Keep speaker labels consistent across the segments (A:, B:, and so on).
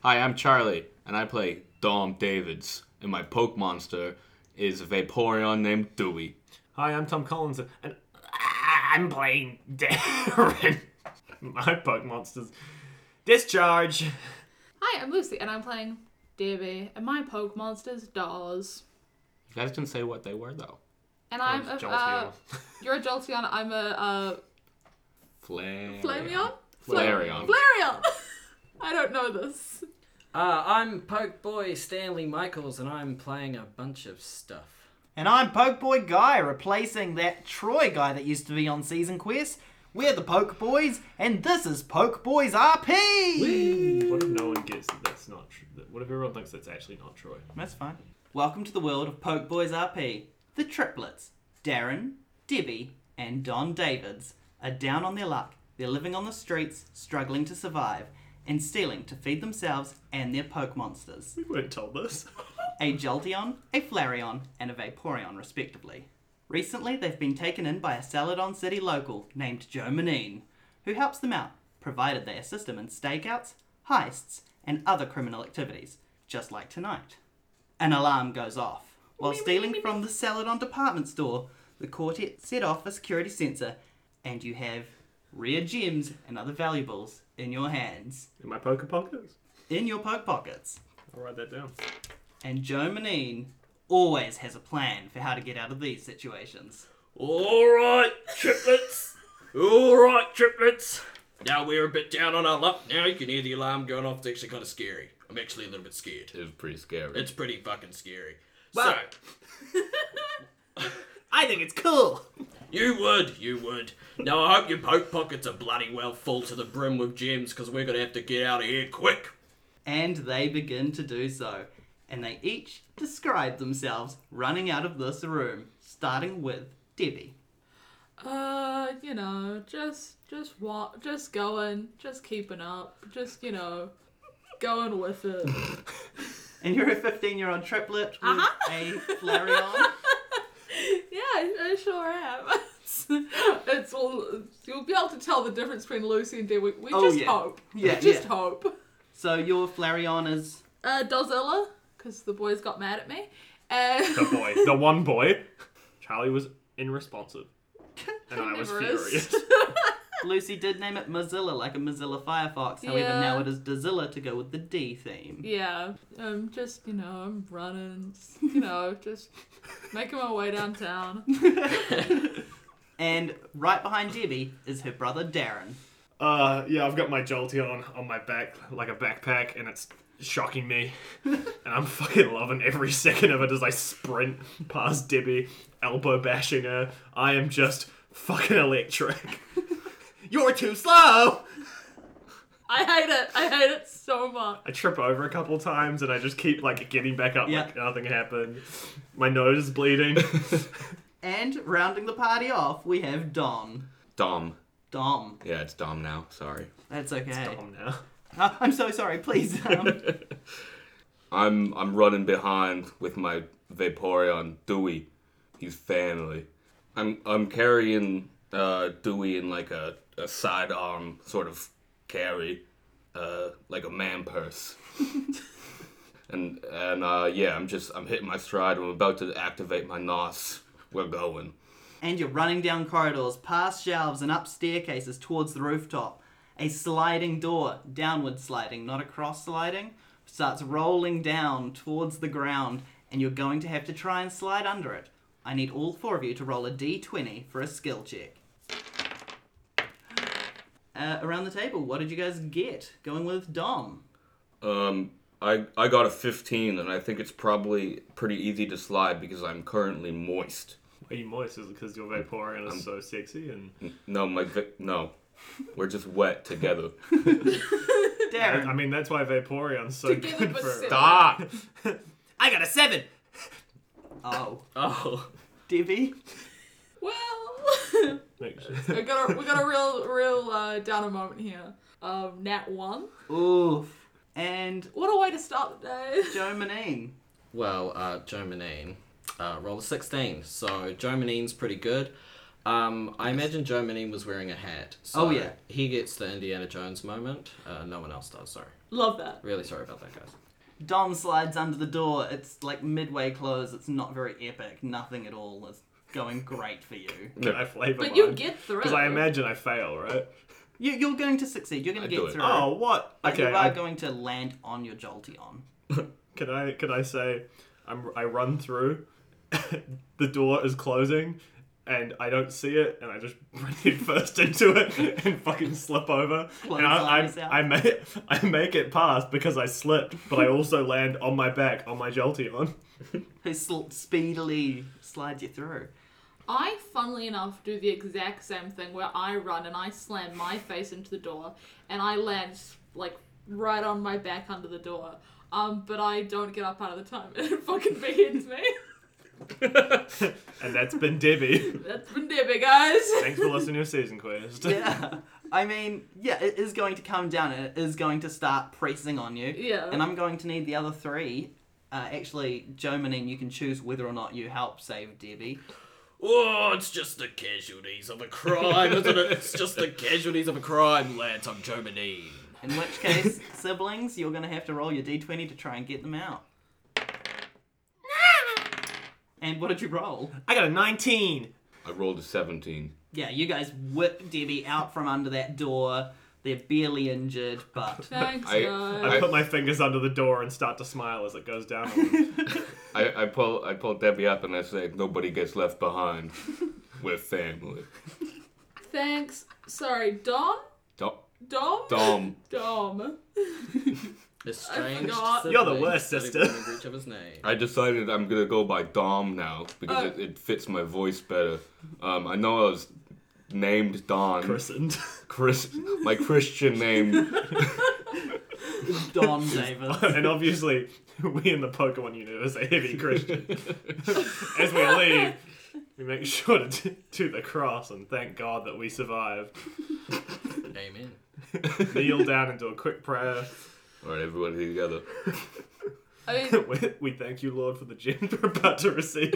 A: Hi, I'm Charlie, and I play Dom Davids, and my poke monster is a Vaporeon named Dewey.
B: Hi, I'm Tom Collins, and I'm playing Darren. My bug monsters. Discharge.
C: Hi, I'm Lucy, and I'm playing Davy, and my poke monster's Dawes.
A: You guys didn't say what they were though.
C: And I'm a,
B: Jolteon.
C: uh, you're a Jolteon, I'm a
A: Flare.
C: uh, Flameon?
A: Flareon.
C: Flareon! I don't know this.
D: Uh, I'm Poke Boy Stanley Michaels, and I'm playing a bunch of stuff.
E: And I'm Pokeboy Guy, replacing that Troy guy that used to be on Season Quest. We're the Poke Boys, and this is Poke Boys RP!
B: What if no one gets that that's not true? What if everyone thinks that's actually not Troy?
E: That's fine. Welcome to the world of Poke Boys RP. The triplets, Darren, Debbie, and Don Davids, are down on their luck. They're living on the streets, struggling to survive, and stealing to feed themselves and their Poke monsters.
B: We weren't told this.
E: a Jolteon, a Flareon, and a Vaporeon, respectively. Recently, they've been taken in by a Celadon City local named Joe Manine, who helps them out, provided they assist him in stakeouts, heists, and other criminal activities, just like tonight. An alarm goes off. While stealing from the Celadon department store, the quartet set off a security sensor, and you have rare gems and other valuables in your hands,
B: In my poker pockets?
E: in your poke pockets.
B: I'll write that down.
E: And Joe Manine always has a plan for how to get out of these situations.
D: All right, triplets. All right, triplets. Now we're a bit down on our luck. Now you can hear the alarm going off. It's actually kind of scary. I'm actually a little bit scared.
A: It was pretty scary.
D: It's pretty fucking scary.
E: Well-
D: so
E: I think it's cool!
D: you would, you would. Now I hope your poke pockets are bloody well full to the brim with gems, because we're gonna have to get out of here quick.
E: And they begin to do so. And they each describe themselves running out of this room, starting with Debbie.
C: Uh, you know, just, just what, just going, just keeping up, just, you know, going with it.
E: And you're a 15 year old triplet with
C: Uh-huh.
E: a Flareon.
C: Yeah, I, I sure am. It's, it's all, you'll be able to tell the difference between Lucy and Dee. We, we
E: Oh,
C: just
E: yeah.
C: hope.
E: Yeah,
C: we just
E: yeah.
C: hope.
E: so your Flareon is.
C: Uh, Dozilla, because the boys got mad at me. And
B: The boy. the one boy. Charlie was unresponsive. And I was
C: Carnivorous.
B: furious.
E: Lucy did name it Mozilla, like a Mozilla Firefox. However,
C: Yeah.
E: now it is Dozilla to go with the D theme.
C: Yeah, um, just you know, I'm running, you know, just making my way downtown.
E: And right behind Debbie is her brother Darren.
B: Uh, yeah, I've got my Jolteon on my back, like a backpack, and it's shocking me. and I'm fucking loving every second of it as I sprint past Debbie, elbow bashing her. I am just fucking electric. You're too slow!
C: I hate it. I hate it so much.
B: I trip over a couple times and I just keep, like, getting back up
E: Yeah.
B: like nothing happened. My nose is bleeding.
E: And rounding the party off, we have Don.
A: Dom.
E: Dom.
A: Yeah, it's Dom now. Sorry.
E: That's okay.
B: Calm Oh, now.
E: Ah, I'm so sorry, please. Um,
A: I'm I'm running behind with my Vaporeon Dewey. He's family. I'm I'm carrying uh, Dewey in like a, a sidearm sort of carry, uh, like a man purse. and and uh, yeah, I'm just I'm hitting my stride. I'm about to activate my nos. We're going.
E: and you're running down corridors, past shelves, and up staircases towards the rooftop. A sliding door, downward sliding, not across sliding, starts rolling down towards the ground, and you're going to have to try and slide under it. I need all four of you to roll a d20 for a skill check. Uh, around the table, what did you guys get? Going with Dom.
A: Um, I I got a 15, and I think it's probably pretty easy to slide because I'm currently moist.
B: Are you moist? Is it because your Vaporeon is so sexy and
A: No, my vi- no, we're just wet together.
E: Darren.
B: I mean that's why Vaporeon's so
C: Together
B: good
C: but
B: for
C: separate.
A: Stop.
E: I got a seven. Oh,
D: Oh,
E: Debbie.
C: Well, we got a we got a real real uh, downer moment here. Um, Nat one.
E: Oof. And
C: What a way to start the day.
E: Joe Manine.
D: Well, uh, Joe Manine, uh, roll a 16. So Joe Manine's pretty good.
F: Um, I imagine Joe Manine was wearing a hat. So
E: Oh, yeah.
F: He gets the Indiana Jones moment. Uh, no one else does, sorry.
C: Love that.
F: Really sorry about that, guys.
E: Dom slides under the door. It's like midway close. It's not very epic. Nothing at all. It's going great for you.
B: I flavor
C: But you get through.
B: Because I imagine I fail, right?
E: you you're going to succeed. You're going
A: I
E: to
A: do
E: get
A: it.
E: through.
B: Oh, what?
E: But
B: Okay.
E: You are
B: I,
E: going to land on your Jolteon.
B: Can I can I say I'm, I run through, the door is closing, and I don't see it, and I just run headfirst into it and fucking slip over.
E: Close
B: and I,
E: eyes out.
B: I, I make I make it past because I slipped, but I also land on my back on my Jolteon.
E: Who sl- speedily slides you through.
C: I, funnily enough, do the exact same thing where I run and I slam my face into the door and I land like right on my back under the door. Um, but I don't get up out of the time. It fucking begins me.
B: And that's been Debbie.
C: That's been Debbie, guys.
B: Thanks for listening to season quest.
E: Yeah. I mean, yeah, it is going to come down and it is going to start pressing on you.
C: Yeah.
E: And I'm going to need the other three. Uh, actually, Joe Manine, you can choose whether or not you help save Debbie.
F: Oh, it's just the casualties of a crime, isn't it? It's just the casualties of a crime, lads. I'm Joe Manine.
E: In which case, siblings, you're going to have to roll your d20 to try and get them out. And what did you roll?
B: I got a 19.
A: I rolled a 17.
E: Yeah, you guys whip Debbie out from under that door. They're barely injured, but
C: Thanks,
A: I-
C: guys.
B: I,
A: I-
B: put my fingers under the door and start to smile as it goes down. on them.
A: I, I pull I pull Debbie up and I say, nobody gets left behind. We're family.
C: Thanks. Sorry, Dom?
A: Dom.
C: Dom?
A: Dom.
C: Dom.
F: Estranged
C: forgot.
B: You're the
F: siblings
B: worst,
F: that
B: sister.
F: remember each other's name.
A: I decided I'm gonna go by Dom now because
F: Uh.
A: it, it fits my voice better. Um, I know I was named Don.
B: Christened.
A: Chris, my Christian name.
E: Don Davis.
B: and obviously, we in the Pokemon universe are heavy Christian. As we leave, we make sure to t- do the cross and thank God that we survived.
F: Amen.
B: Kneel down and do a quick prayer.
A: All right, everyone together.
C: I mean,
B: We, we thank you, Lord, for the gems we're about to receive.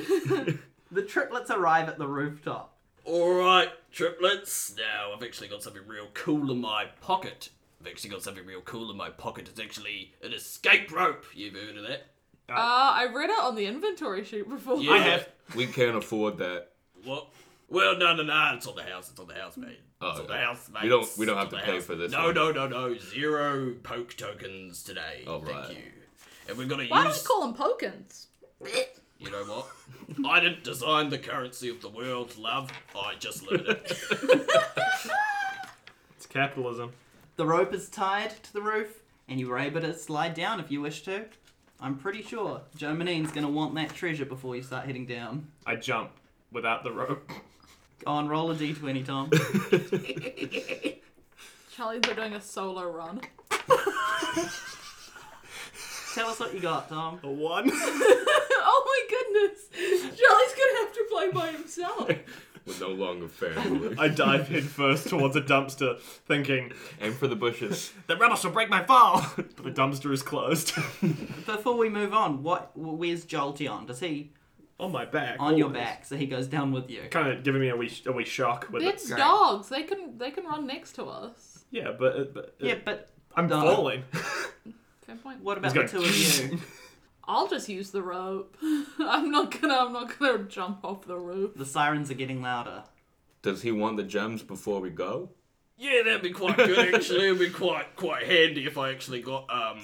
E: The triplets arrive at the rooftop.
F: Alright, triplets. Now, I've actually got something real cool in my pocket. I've actually got something real cool in my pocket. It's actually an escape rope. You've heard of that?
C: uh, I read it on the inventory sheet before.
F: Yeah.
B: I have.
A: We can't afford that.
F: What? Well, no, no, no. It's on the house. It's on the house, mate. It's
A: Oh,
F: on the
A: okay.
F: house, mate.
A: We don't- we don't
F: It's
A: have
F: on
A: to
F: the
A: pay
F: house.
A: for this
F: No,
A: one.
F: no, no, no. Zero poke tokens today.
A: Oh,
F: Thank
A: right.
F: you. And we're gonna
C: Why do
F: use.
C: we call him Pokins?
F: You know what? I didn't design the currency of the world, love. I just learned it.
B: It's capitalism.
E: The rope is tied to the roof, and you are able to slide down if you wish to. I'm pretty sure Joe Manine's gonna want that treasure before you start heading down.
B: I jump without the rope.
E: Go on, roll a d20, Tom.
C: Charlie's are doing a solo run.
E: Tell us what you got, Tom.
B: A one.
C: oh my goodness! Charlie's gonna have to play by himself.
A: We're no longer family.
B: I dive headfirst towards a dumpster, thinking,
A: Aim for the bushes.
B: the rubbish will break my fall! But the dumpster is closed.
E: Before we move on, what? Where's Jolteon? Does he
B: on my back.
E: on your back? So he goes down with you.
B: Kind of giving me a wee, a wee shock with it.
C: It's
E: Great.
C: dogs. They can they can run next to us.
B: Yeah, but, it- but uh, it-
E: Yeah, but
B: I'm
E: No.
B: falling.
C: Fair point.
E: what about the
B: He's
E: two
B: going-
E: of you?
C: I'll just use the rope. I'm not gonna I'm not gonna jump off the roof.
E: The sirens are getting louder.
A: Does he want the gems before we go?
F: Yeah, that'd be quite good actually. It'd be quite quite handy if I actually got um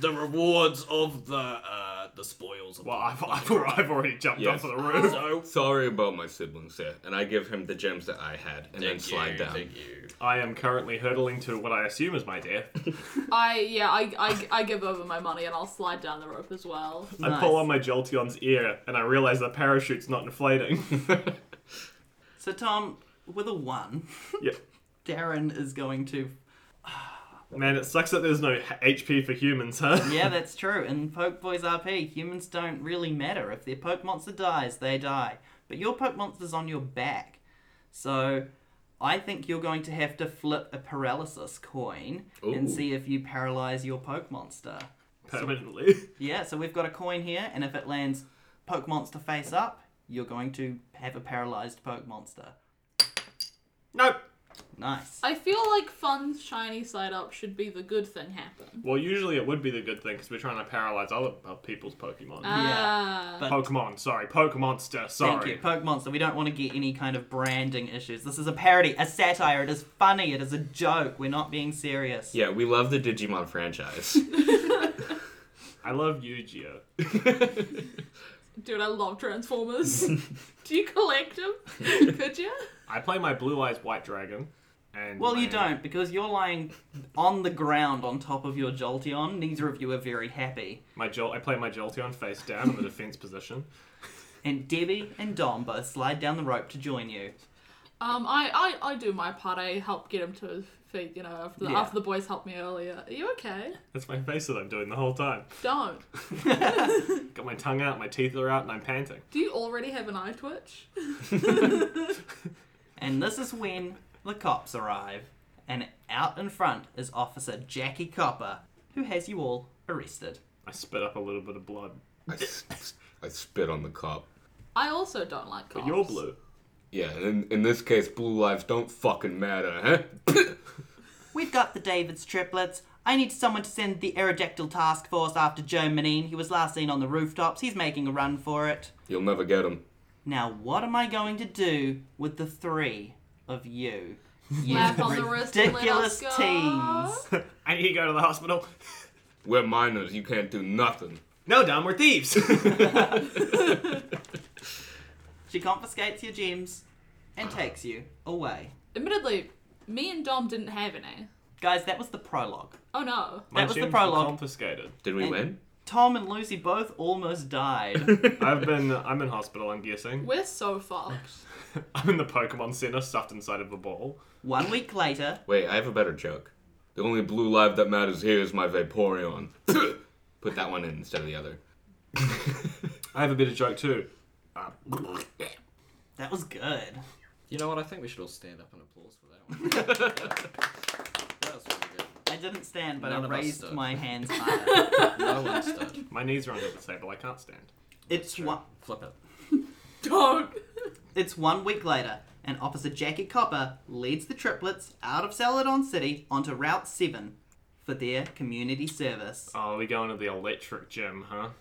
F: the rewards of the uh the spoils. Of
B: Well,
F: the-
B: I've, I've, I've already jumped
A: Yes.
B: off of the roof.
F: so
A: Sorry about my siblings there, and I give him the gems that I had, and then
F: thank
A: slide
F: you,
A: down.
F: Thank you.
B: I am currently hurtling to what I assume is my death.
C: I yeah, I, I I give over my money and I'll slide down the rope as well.
B: I pull
E: Nice.
B: on my Jolteon's ear and I realize the parachute's not inflating.
E: So Tom, with a one,
B: yep.
E: Darren is going to.
B: Man, it sucks that there's no h- HP for humans, huh?
E: Yeah, that's true. In Poke Boys RP, humans don't really matter. If their Poke Monster dies, they die. But your Poke Monster's on your back. So I think you're going to have to flip a paralysis coin and
A: Ooh.
E: see if you paralyze your Poke Monster.
B: Permanently.
E: Yeah, so we've got a coin here, and if it lands Poke Monster face up, you're going to have a paralyzed Poke Monster.
B: Nope.
E: Nice.
C: I feel like fun's shiny side up should be the good thing happen.
B: Well, usually it would be the good thing because we're trying to paralyze other uh, people's Pokemon.
C: Ah.
E: But
B: Pokemon, sorry, Pokemonster, sorry.
E: Thank you, Pokemonster. We don't want to get any kind of branding issues. This is a parody, a satire. It is funny. It is a joke. We're not being serious.
A: Yeah, we love the Digimon franchise.
B: I love Yu-Gi-Oh.
C: Dude, I love Transformers. Do you collect them? Could you?
B: I play my Blue Eyes White Dragon, and
E: Well, you
B: my-
E: don't because you're lying on the ground on top of your Jolteon. Neither of you are very happy.
B: My Jol- I play my Jolteon face down in the defense position.
E: And Debbie and Dom both slide down the rope to join you.
C: Um, I, I, I do my part. I help get him to his feet, you know, after the,
E: Yeah.
C: after the boys helped me earlier. Are you okay?
B: That's my face that I'm doing the whole time.
C: Don't.
B: Got my tongue out, my teeth are out, and I'm panting.
C: Do you already have an eye twitch?
E: And this is when the cops arrive. And out in front is Officer Jackie Copper, who has you all arrested.
B: I spit up a little bit of blood.
A: I, s- I spit on the cop.
C: I also don't like cops.
B: You're blue.
A: Yeah, and in, in this case, blue lives don't fucking matter, huh?
E: We've got the Davids triplets. I need someone to send the Aerodactyl Task Force after Joe Manine. He was last seen on the rooftops. He's making a run for it.
A: You'll never get him.
E: Now, what am I going to do with the three of you? You
C: Slap on the wrist and let
E: ridiculous
C: us go.
E: teens.
B: I need to go to the hospital.
A: We're minors. You can't do nothing.
B: No, Dom, we're thieves.
E: She confiscates your gems and takes you away.
C: Admittedly, me and Dom didn't have any.
E: Guys, that was the prologue.
C: Oh no.
B: My
E: That was the
B: gems were
E: prologue.
B: Confiscated.
A: Did we
E: And-
A: win?
E: Tom and Lucy both almost died.
B: I've been. I'm in hospital. I'm guessing.
C: We're so fucked.
B: I'm in the Pokemon Center, stuffed inside of a ball.
E: One week later,
A: Wait, I have a better joke. The only blue live that matters here is my Vaporeon. Put that one in instead of the other.
B: I have a bit of joke too. Uh,
E: that was good.
D: You know what? I think we should all stand up and applause for that one. that was really
E: I didn't stand, but
D: None
E: I
D: of us
E: raised
D: stood.
E: my hands higher.
D: good. No one stood.
B: My knees are under the table. I can't stand.
E: it's one.
D: Flip it.
C: Don't.
E: It's one week later, and Officer Jackie Copper leads the triplets out of Saladon City onto Route 7 for their community service.
B: Oh, we going to the electric gym, huh?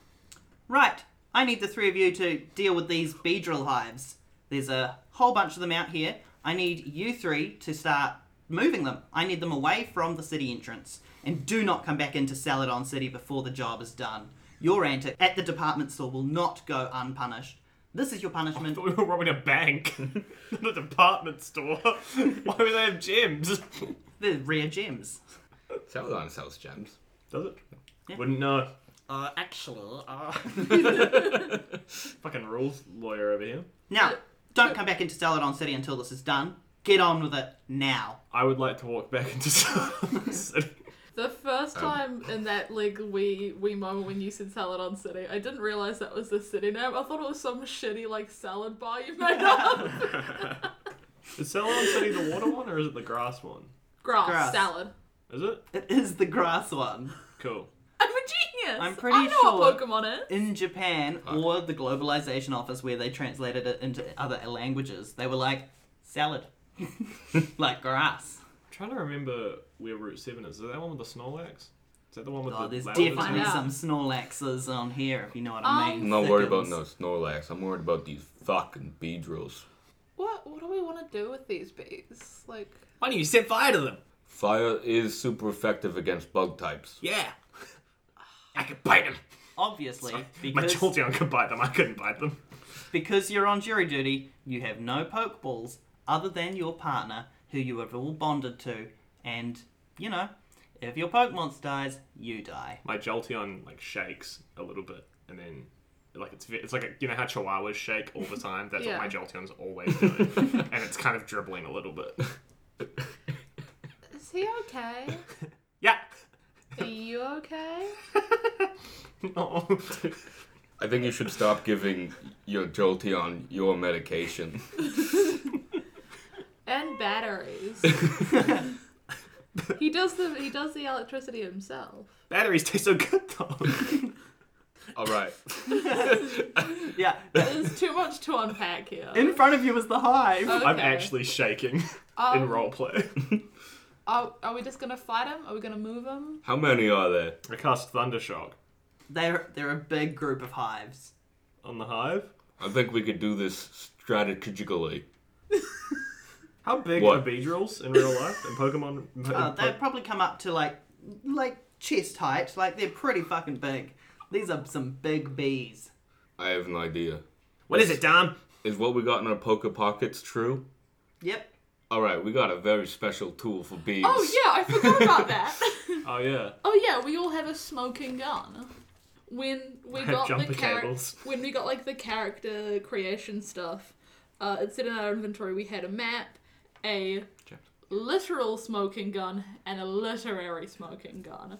E: Right, I need the three of you to deal with these Beedrill hives. There's a whole bunch of them out here. I need you three to start moving them. I need them away from the city entrance. And do not come back into Saladon City before the job is done. Your antic at the department store will not go unpunished. This is your punishment.
B: We were robbing a bank, not a department store. Why would they have gems?
E: They're rare gems.
A: Celadon sells gems.
B: Does it? Wouldn't know.
D: Uh, actually, uh...
B: Fucking rules lawyer over here.
E: Now, don't come back into Saladon City until this is done. Get on with it now.
B: I would like to walk back into Salem City.
C: The first
B: Um.
C: time in that like we we moment when you said Saladon City, I didn't realize that was the city name. I thought it was some shitty like salad bar you made up.
B: Is Salem City the water one or is it the grass one?
C: Grass,
E: Grass.
C: salad.
B: Is it?
E: It is the grass one.
B: Cool.
C: I'm a genius.
E: I'm pretty
C: I know
E: sure-
C: what Pokemon is.
E: In Japan or the globalization office where they translated it into other languages, they were like, salad. like grass.
B: I'm trying to remember where Route 7 is. Is that one with the Snorlax? Is that the one with
E: Oh,
B: the
E: there's
B: lavender
C: Find
E: definitely
B: tree?
C: out.
E: some Snorlaxes on here, if you know what I mean.
A: I'm not worried about
E: Thickens.
A: no Snorlax. I'm worried about these fucking Beedrills.
C: What what do we want to do with these bees? Like
B: Why don't you set fire to them?
A: Fire is super effective against bug types.
B: Yeah. I could bite them.
E: Obviously,
B: My
E: because,
B: Jolteon could bite them. I couldn't bite them.
E: because you're on jury duty, you have no pokeballs other than your partner, who you have all bonded to. And, you know, if your Pokemon dies, you die.
B: My Jolteon like shakes a little bit, and then like it's ve- it's like a, you know how Chihuahuas shake all the time. That's
C: Yeah.
B: what my Jolteon's always doing, and it's kind of dribbling a little bit.
C: is he okay?
B: Yeah.
C: Are you okay?
B: No.
A: I think you should stop giving your Jolteon your medication.
C: And batteries. he does the he does the electricity himself.
B: Batteries taste so good though.
A: All right.
E: Yeah.
C: There's too much to unpack here.
E: In front of you is the hive.
C: Oh.
B: I'm
C: Okay.
B: actually shaking in
C: Um,
B: roleplay.
C: Are, are we just gonna fight him? Are we gonna move him?
A: How many are there?
B: I cast Thundershock
E: They're they're a big group of hives.
B: on the hive.
A: I think we could do this strategically.
B: How big
A: What?
B: are Beedrills in real life in Pokemon?
C: Oh,
B: in Po-
E: Uh, they probably come up to like like chest height. Like they're pretty fucking big. These are some big bees.
A: I have an idea.
B: what is it, Dom?
A: Is what we got in our poker pockets true?
E: Yep.
A: All right, we got a very special tool for bees.
C: Oh yeah, I forgot about that.
B: Oh yeah.
C: oh yeah, we all have a smoking gun. When we got
B: Jumper
C: the char-
B: cables.
C: when we got like the character creation stuff, uh, it said in our inventory we had a map, a literal smoking gun, and a literary smoking gun.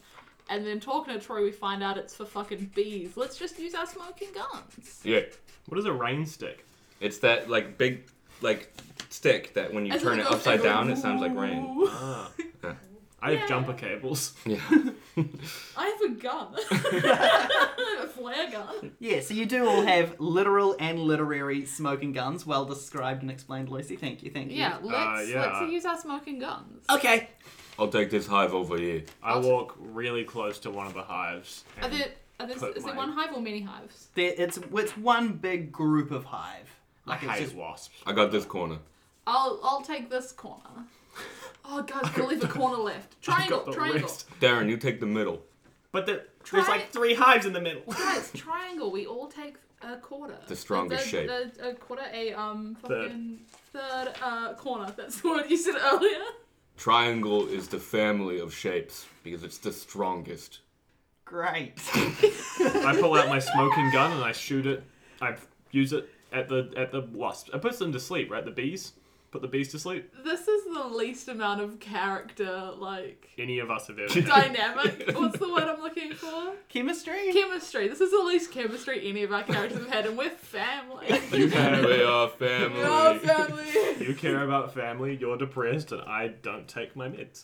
C: And then talking to Troy, we find out it's for fucking bees. Let's just use our smoking guns.
A: Yeah,
B: What is a rain stick?
A: it's that like big like stick that when you
C: And
A: turn
C: then
A: it
C: goes-
A: upside
C: goes,
A: down, it sounds like rain.
C: "Ooh."
B: I have
C: Yeah.
B: jumper cables.
A: Yeah.
C: I have a gun. a flare gun.
E: Yeah. So you do all have literal and literary smoking guns. Well described and explained, Lucy. Thank you. Thank you.
A: Uh,
C: Yeah, let's
B: yeah.
C: let's use our smoking guns.
E: Okay.
A: I'll take this hive over here.
B: I
C: Awesome.
B: walk really close to one of the hives.
C: Are
B: and-
C: there, are there,
B: Put
C: is there
B: my-
C: one hive or many hives?
E: There, it's it's one big group of hive.
B: I
E: Like it's
B: hate
E: just
B: wasps.
A: I got this corner.
C: I'll I'll take this corner. Oh guys, we'll leave a corner left. Triangle,
B: I've got the
C: triangle.
B: worst.
A: Darren, you take the middle.
B: But the,
C: Try-
B: there's like three hives in the middle.
C: Guys, triangle. We all take a quarter.
A: The strongest
C: a,
A: shape.
C: A, a quarter, a um
B: Third.
C: fucking third, uh corner. That's the word you said earlier.
A: Triangle is the family of shapes because it's the strongest.
E: great.
B: I pull out my smoking gun and I shoot it. I use it at the at the wasps. It puts them to sleep, right? The bees. Put the bees to sleep.
C: This is the least amount of character like
B: Any of us have ever. had.
C: dynamic. What's the word I'm looking for?
E: Chemistry.
C: chemistry. This is the least chemistry any of our characters have had, and we're family.
A: You we are family.
C: we are family.
B: you care about family. You're depressed, and I don't take my meds.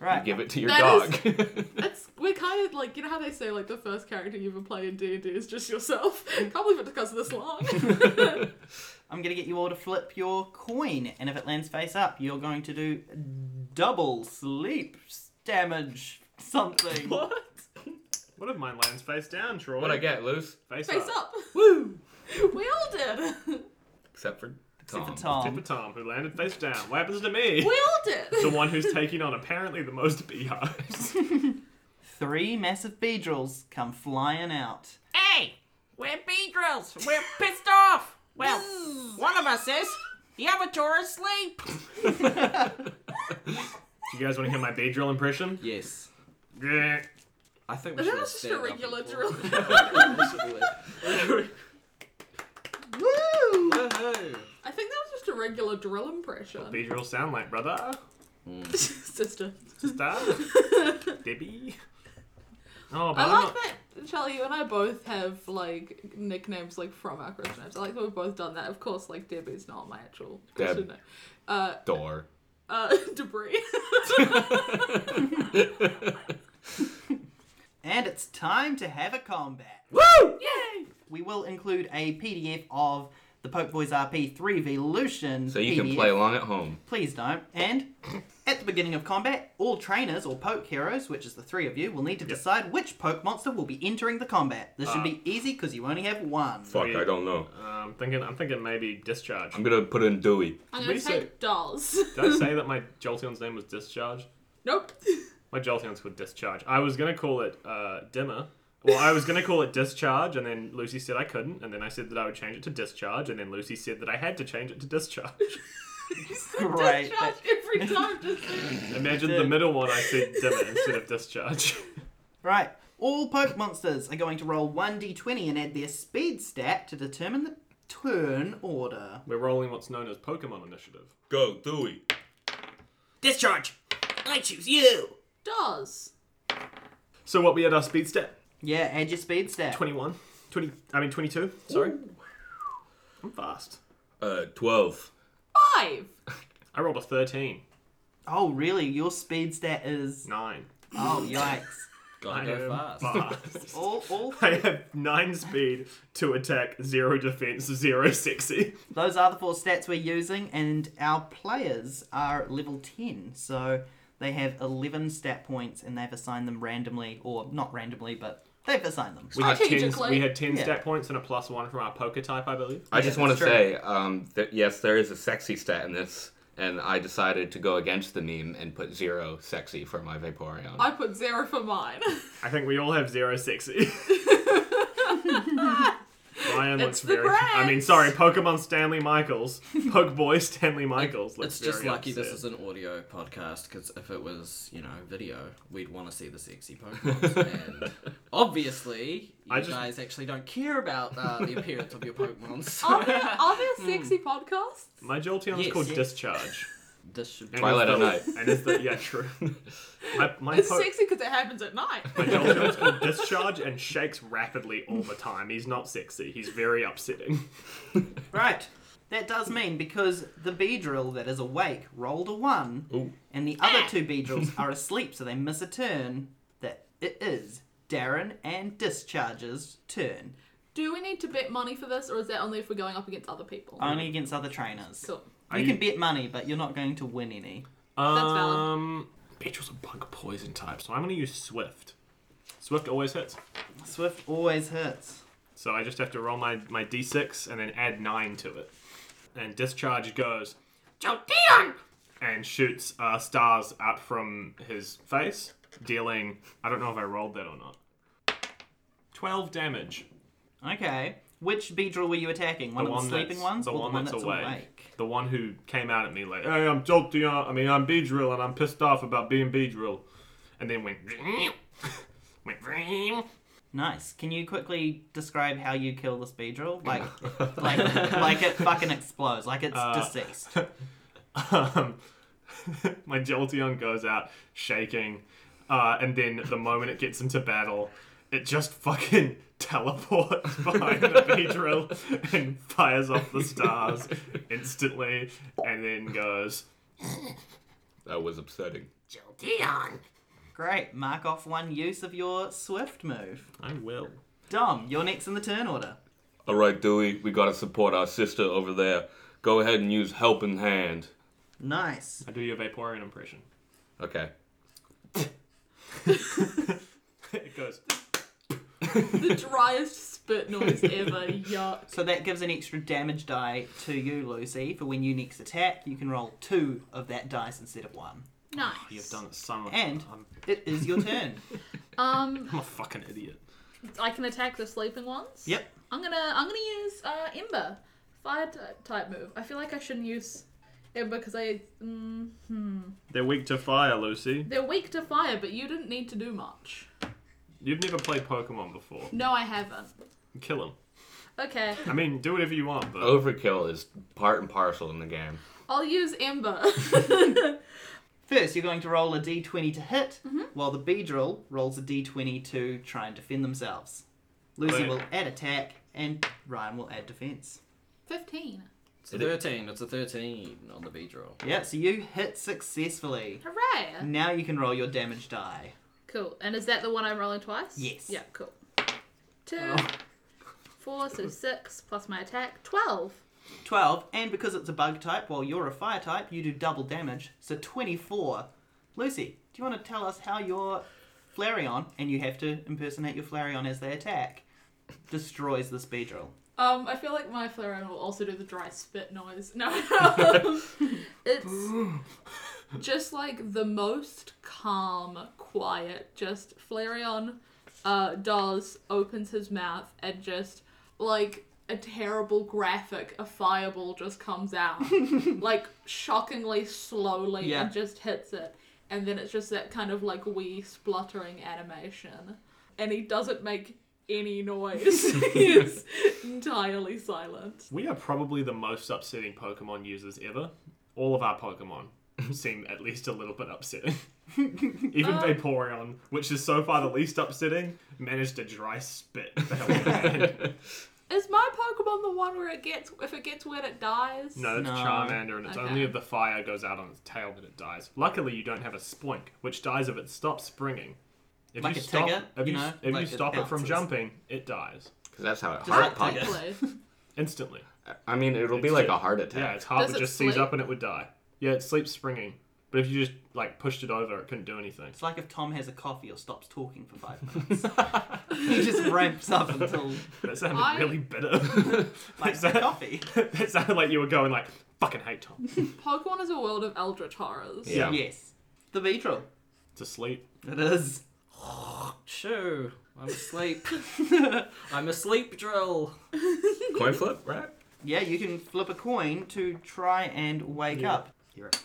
E: right.
A: Give it to your
C: That
A: dog.
C: That's we're kind of like you know how they say like the first character you ever play in D and D is just yourself. Can't believe it took us this long.
E: I'm gonna get you all to flip your coin, and if it lands face up, you're going to do double sleep damage something.
C: what?
B: What if mine lands face down, Troy?
A: what I get, Luce?
B: Face,
C: Face
B: up.
C: up. Woo. We all did.
A: Except for Tom.
E: Except for
B: Tip
E: Tom.
B: of Tom, who landed face down. What happens to me?
C: We all
B: The
C: did.
B: one who's taking on apparently the most beehives.
E: Three massive beedrills come flying out.
G: Hey, we're Beedrills. We're pissed off. Well, one of us is. The other two are asleep.
B: you guys want to hear my bee drill impression?
F: Yes.
B: Yeah.
F: I think we
C: Is that
F: should have
C: just a
F: stand up and
C: regular
F: clap.
C: drill?
F: We should do that.
E: Woo!
F: Woohoo!
C: I think that was just a regular drill impression.
B: Bee drill sound like brother,
C: Sister.
B: sister, Debbie. Oh, but
C: I
B: I'm
C: like
B: not-
C: that Charlie, you and I both have like nicknames like from our Christian names. I like that we've both done that. Of course, like Debbie's not my actual Christian name. Uh,
A: Door.
C: uh, debris.
E: And it's time to have a combat.
C: Yay!
E: We will include a PDF of the Poke Boys RP 3Volution.
A: So you can
E: PDF.
A: play along at home.
E: Please don't. And at the beginning of combat, all trainers or poke heroes, which is the three of you, will need to decide which poke monster will be entering the combat. This should be easy because you only have one.
A: Ah. Fuck,
B: We-
A: I don't know.
B: um, I'm thinking. I'm thinking maybe discharge.
A: I'm gonna put in Dewey.
C: I'm gonna
B: We say-
C: take dolls.
B: Did I say that my Jolteon's name was discharge?
C: nope.
B: My Jolteon's called discharge. I was gonna call it uh, dimmer. Well, I was gonna call it discharge, and then Lucy said I couldn't, and then I said that I would change it to discharge, and then Lucy said that I had to change it to discharge.
E: Great.
C: Discharge every time. Just
B: Imagine the middle one. I said dimmer instead of discharge.
E: Right. All poke monsters are going to roll 1d20 and add their speed stat to determine the turn order.
B: We're rolling what's known as Pokemon Initiative.
A: Go, Dewey.
G: Discharge. I choose you.
C: dolls.
B: So what we had our speed stat
E: Yeah, add your speed stat.
B: 21, 20. I mean 22. Sorry, I'm fast.
A: Uh, 12.
C: Five.
B: I rolled a 13,
E: Oh, really? Your speed stat is.
B: nine.
E: Oh, yikes.
D: Gotta go fast.
B: fast.
E: All, all
B: I have nine speed, two attack, zero defense, zero sexy.
E: Those are the four stats we're using, and our players are level 10, so they have 11 stat points, and they've assigned them randomly, or not randomly, but they've assigned them.
B: We had ten.
C: Strategically.
B: We had ten
E: Yeah.
B: stat points and a plus one from our poker type, I believe.
A: I just
E: Yeah,
A: want
E: that's
A: to
E: true.
A: say um, that yes, there is a sexy stat in this, and I decided to go against the meme and put zero sexy for my Vaporeon.
C: I put zero for mine.
B: I think we all have zero sexy. Ryan looks
C: It's the
B: very. I mean,
C: Grinch.
B: sorry, Pokemon Stanley Michaels, Poke Boy Stanley Michaels. Looks
D: It's just
B: very
D: lucky this
B: upset.
D: is an audio podcast because if it was, you know, video, we'd want to see the sexy Pokemon. and obviously, you
B: I just-
D: guys actually don't care about uh, the appearance of your Pokemon.
B: Oh.
C: Are
D: So.
C: there, are
B: Hmm.
C: there sexy podcasts?
B: My Jolteon is
D: Yes,
B: called
D: yes.
B: Discharge.
D: this should be.
B: And
A: Twilight
B: it's
A: at
B: the-
A: Night.
B: And it's the yeah true. My my
C: It's
B: po-
C: sexy because it happens at night.
B: my Jolteon's called Discharge and shakes rapidly all the time. He's not sexy. He's very upsetting.
E: Right. That does mean because the bee drill that is awake rolled a one, and the other two bee drills are asleep, so they miss a turn. That it is Darren and Discharge's turn,
C: Do we need to bet money for this, or is that only if we're going up against other people?
B: Um,
E: only against other trainers.
C: Cool.
B: Are
E: You
B: you-
E: can bet money, but you're not going to win any.
C: That's valid.
B: Um, Petrel's a bug poison type, so I'm gonna use Swift. Swift always hits.
E: Swift always hurts.
B: So I just have to roll my, my d6 and then add 9 to it. And discharge goes
G: Jolteon!
B: and shoots uh, stars out from his face, dealing. I don't know if I rolled that or not. 12 damage.
E: Okay. Which bee drill were you attacking? One
B: The
E: of
B: one
E: the sleeping
B: that's-
E: ones
B: the
E: or
B: one
E: the one
B: that's
E: that's,
B: awake.
E: awake?
B: The one who came out at me like, hey, I'm Jolteon, I mean, I'm Beedrill, and I'm pissed off about being Beedrill. And then went. went.
E: Nice. Can you quickly describe how you kill this bee drill? Like, like, like it fucking explodes, like it's
B: Uh,
E: deceased.
B: um, my Jolteon goes out shaking, uh, and then the moment it gets into battle, it just fucking teleports behind the bee drill and fires off the stars instantly, and then goes.
A: that was upsetting.
G: Jolteon!
E: Great. Mark off one use of your swift move.
B: I will.
E: Dom, you're next in the turn order.
A: All right, Dewey, we gotta support our sister over there. Go ahead and use helping hand.
E: Nice.
B: I do your Vaporeon impression.
A: Okay.
B: It goes.
C: The driest spit noise ever. Yuck.
E: So that gives an extra damage die to you, Lucy, for when you next attack. You can roll two of that dice instead of one.
C: Nice.
B: You've done it so much.
E: And
B: I'm,
E: it is your turn.
C: Um,
B: I'm a fucking idiot.
C: I can attack the sleeping ones.
E: yep.
C: I'm gonna I'm gonna use uh, Ember, fire ty- type move. I feel like I shouldn't use Ember because I mm, hmm.
B: They're weak to fire, Lucy.
C: they're weak to fire, but you didn't need to do much.
B: You've never played Pokemon before.
C: No, I haven't.
B: Kill them.
C: Okay,
B: I mean, do whatever you want, but.
A: Overkill is part and parcel in the game.
C: I'll use Ember.
E: First, you're going to roll a d20 to hit, while the bee drill rolls a d20 to try and defend themselves. Lucy
B: Right.
E: will add attack, and Ryan will add defense.
C: Fifteen.
D: It's a 13. It's a 13 on the B drill.
E: Yeah, so you hit successfully.
C: Hooray!
E: Now you can roll your damage die.
C: Cool. And is that the one I'm rolling twice?
E: Yes.
C: Yeah. Cool. Two, four, so six plus my attack, twelve.
E: 12, and because it's a bug type, while you're a fire type, you do double damage, so 24. Lucy, do you want to tell us how your Flareon, and you have to impersonate your Flareon as they attack, destroys this bee drill?
C: Um, I feel like my Flareon will also do the dry spit noise. No, um, it's just like the most calm, quiet. Just Flareon uh, does opens his mouth and just like a terrible graphic, a fireball just comes out, like shockingly slowly,
E: Yeah.
C: and just hits it. And then it's just that kind of like wee spluttering animation and he doesn't make any noise. he is entirely silent.
B: We are probably the most upsetting Pokemon users ever. All of our Pokemon seem at least a little bit upsetting. Even Vaporeon, which is so far the least upsetting, managed to dry spit. the hell out of it.
C: Is my Pokemon the one where it gets if it gets wet it dies?
B: no, that's
E: No.
B: Charmander, and it's
C: Okay.
B: only if the fire goes out on its tail that it dies. Luckily, you don't have a Spoink, which dies if it stops springing. If
E: Like
B: you
E: a
B: stop,
E: tiger,
B: if
E: you
B: you,
E: know,
B: if
E: like
B: you
E: it
B: stop it from
E: bounces.
B: jumping, it dies
A: Because that's how it
C: Does
A: heart
C: that
A: attack.
C: take place?
B: instantly.
A: I mean, it'll be
B: It's
A: like
B: ju-
A: a heart
B: Yeah,
A: attack.
B: its heart
C: Does
B: would
C: it
B: just seize
C: sleep?
B: up and it would die. Yeah, it sleeps springing. But if you just like pushed it over, it couldn't do anything.
E: It's like if Tom has a coffee or stops talking for five minutes. he just ramps up until
B: That sounded
C: I-
B: really bitter. That
E: like the
B: sound-
E: coffee.
B: that sounded like you were going like, "Fucking hate Tom."
C: Pokemon is a world of eldritch horrors.
A: Yeah.
E: Yes. The beetle.
B: To sleep.
E: It is.
F: Shoo. I'm asleep. I'm asleep, drill.
A: Coin flip, right?
E: Yeah, you can flip a coin to try and wake
B: Yeah.
E: up. You're up.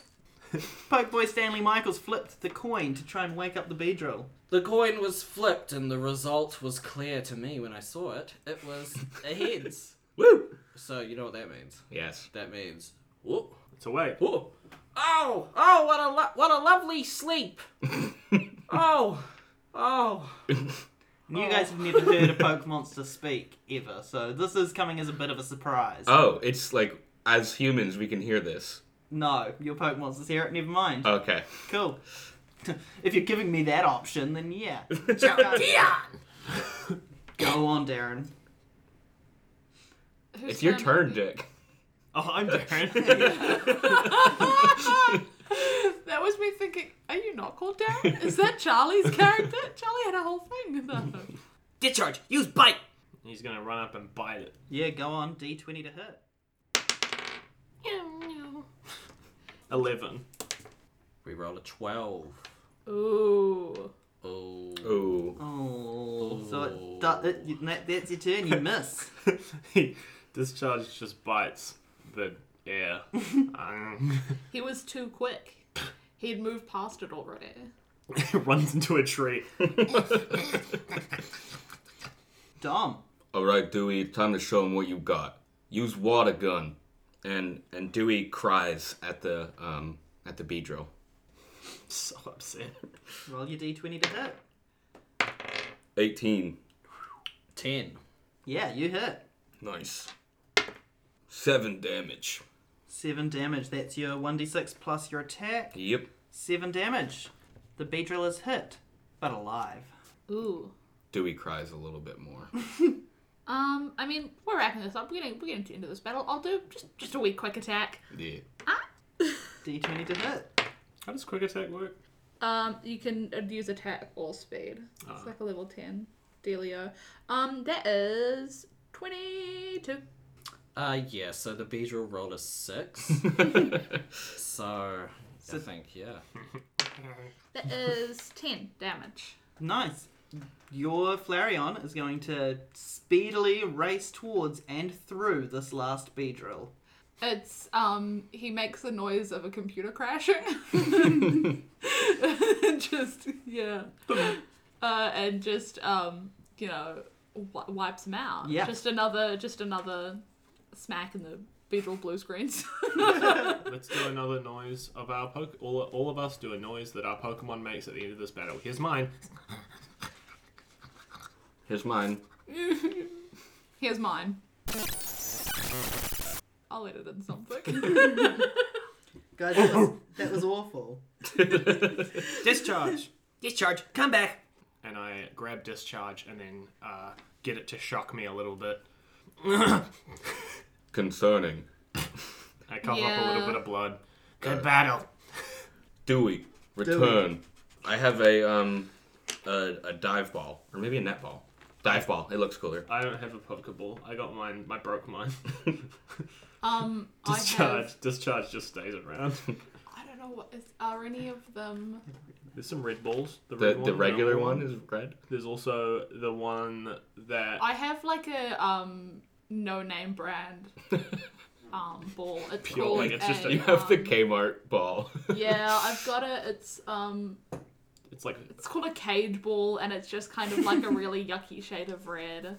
E: Poke boy Stanley Michaels flipped the coin to try and wake up the beedrill.
F: The coin was flipped, and the result was clear to me when I saw it. It was a heads.
A: Woo!
F: So you know what that means.
A: Yes.
F: That means whoop,
B: It's awake.
F: whoop.
G: Oh, oh, what a lo- what a lovely sleep. oh, oh.
E: And you guys have never heard a poke monster speak ever, so this is coming as a bit of a surprise.
A: Oh, it's like as humans we can hear this.
E: no, your poke monsters hear it, never mind.
A: Okay.
E: cool. if you're giving me that option, then yeah. Go on, Darren.
C: Whose
A: it's your turn,
C: it
A: Dick.
B: Oh, I'm Darren.
C: is? That was me thinking, are you not called Darren? Is that Charlie's character? Charlie had a whole thing. No.
G: Discharge. Use bite.
B: He's gonna run up and bite it.
E: Yeah, go on, D20 to hit.
B: Eleven.
F: We roll a twelve.
C: Ooh.
F: Oh.
A: Ooh.
E: Oh, so it, do- it, you- that, that's your turn, you miss.
B: he discharge just bites the air. Um,
C: He was too quick. He had moved past it already.
B: runs into a tree.
E: Dom.
A: All right, Dewey, time to show him what you got. Use water gun, and and Dewey cries at the um at the bee drill.
B: So upset.
E: Roll your d20 to hit.
A: Eighteen.
F: Ten.
E: Yeah, you hit.
A: Nice. Seven damage.
E: Seven damage. That's your 1d6 plus your attack.
A: Yep.
E: Seven damage. The Beedrill is hit, but alive.
C: Ooh.
A: Dewey cries a little bit more.
C: Um, I mean, we're wrapping this up. We're getting we're getting to the end of this battle. I'll do just just a wee quick attack.
A: yeah.
E: D20 to hit.
B: How does quick attack work?
C: Um, you can uh, use attack or speed. It's like a level ten dealio. Um, that is twenty-two.
F: Uh yeah, so the beetle rolled a six. so I think yeah.
C: That is ten damage.
E: Nice. Your Flareon is going to speedily race towards and through this last Beedrill.
C: It's um, he makes the noise of a computer crashing. just yeah, uh, and just um, you know, w- wipes him out.
E: Yeah.
C: Just another, just another smack in the beetle blue screens.
B: Let's do another noise of our poke. All, all of us do a noise that our Pokemon makes at the end of this battle. Here's mine.
A: Here's mine.
C: Here's mine. I'll edit in something.
E: Guys, that was, that was awful.
F: Discharge.
G: Discharge. Come back.
B: And I grab discharge and then uh, get it to shock me a little bit.
A: Concerning.
B: I cough up a
C: Yeah.
B: little bit of blood. Good battle.
A: Dewey, return. I have a um a, a dive ball or maybe a net ball. Dive ball. It looks cooler.
B: I don't have a Pokeball. I got mine. I broke mine.
C: um, I
B: discharge.
C: have.
B: Discharge just stays around.
C: I don't know what is. Are any of them?
B: There's some red balls.
A: The
B: red one,
A: the
B: red
A: regular one is red.
B: There's also the one that
C: I have like a um no name brand um ball. It's
B: Pure,
C: called
B: like, it's just
C: a,
B: a-
A: You have the
C: um,
A: Kmart ball.
C: yeah, I've got a. It's um,
B: it's like
C: it's called a cage ball, and it's just kind of like a really yucky shade of red,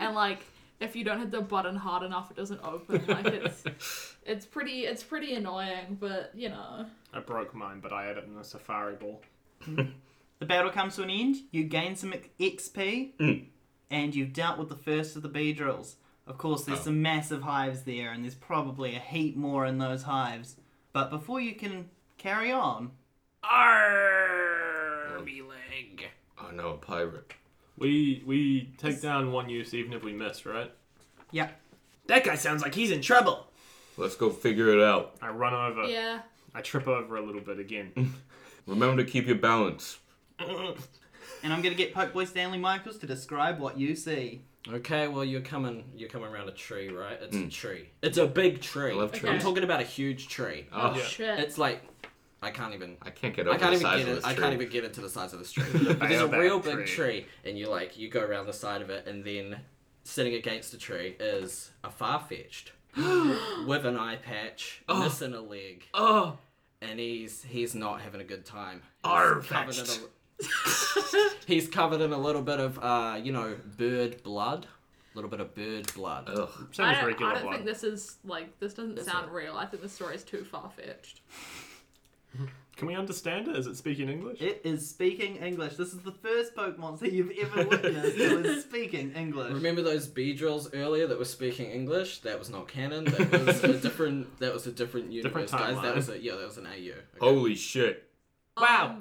C: and like if you don't hit the button hard enough, it doesn't open. Like it's it's pretty it's pretty annoying, but you know.
B: I broke mine, but I had it in a Safari ball.
E: The battle comes to an end. You gain some XP, and you've dealt with the first of the bee drills. Of course, there's some massive hives there, and there's probably a heap more in those hives. But before you can carry on,
G: Army leg.
A: Oh no. pirate.
B: We we take down one use even if we miss, right?
E: Yeah.
B: That guy sounds like he's in trouble.
A: Let's go figure it out.
B: I run over.
C: Yeah.
B: I trip over a little bit again.
A: Remember to keep your balance.
E: And I'm going to get Poke Boy Stanley Michaels to describe what you see.
F: Okay, well you're coming you're coming around a tree, right? It's a tree. It's a big tree.
A: Mm. I love
C: Okay.
F: am
A: trees.
F: talking about a huge tree.
A: Oh,
B: Yeah.
C: Shit.
F: It's like I can't even
A: I can't get over
F: I can't
A: the
F: even
A: size
F: get
A: of
F: it.
A: this
F: I
A: tree.
F: can't even get into the size of this tree. But There's a
B: Baobab
F: real big
B: tree.
F: tree, and you like you go around the side of it, and then sitting against the tree is a far fetched with an eye patch, missing a leg,
A: Oh,
F: and he's he's not having a good time. He's covered in
B: Farfetched.
F: a- He's covered in a little bit of uh, you know, bird blood. A little bit of bird blood.
A: ugh.
B: Same as
C: I don't,
B: regular
C: I don't
B: blood.
C: think this is like this doesn't sound
F: not.
C: real. I think the story is too far fetched.
B: Can we understand it? Is it speaking English?
E: It is speaking English. This is the first Poke Monster you've ever witnessed that was speaking English.
F: Remember those B drills earlier that were speaking English? That was not canon. That was a different. That was a different universe, guys. That
B: timeline.
F: was a yeah. That was an AU. Okay.
A: Holy shit.
C: Um,
E: wow.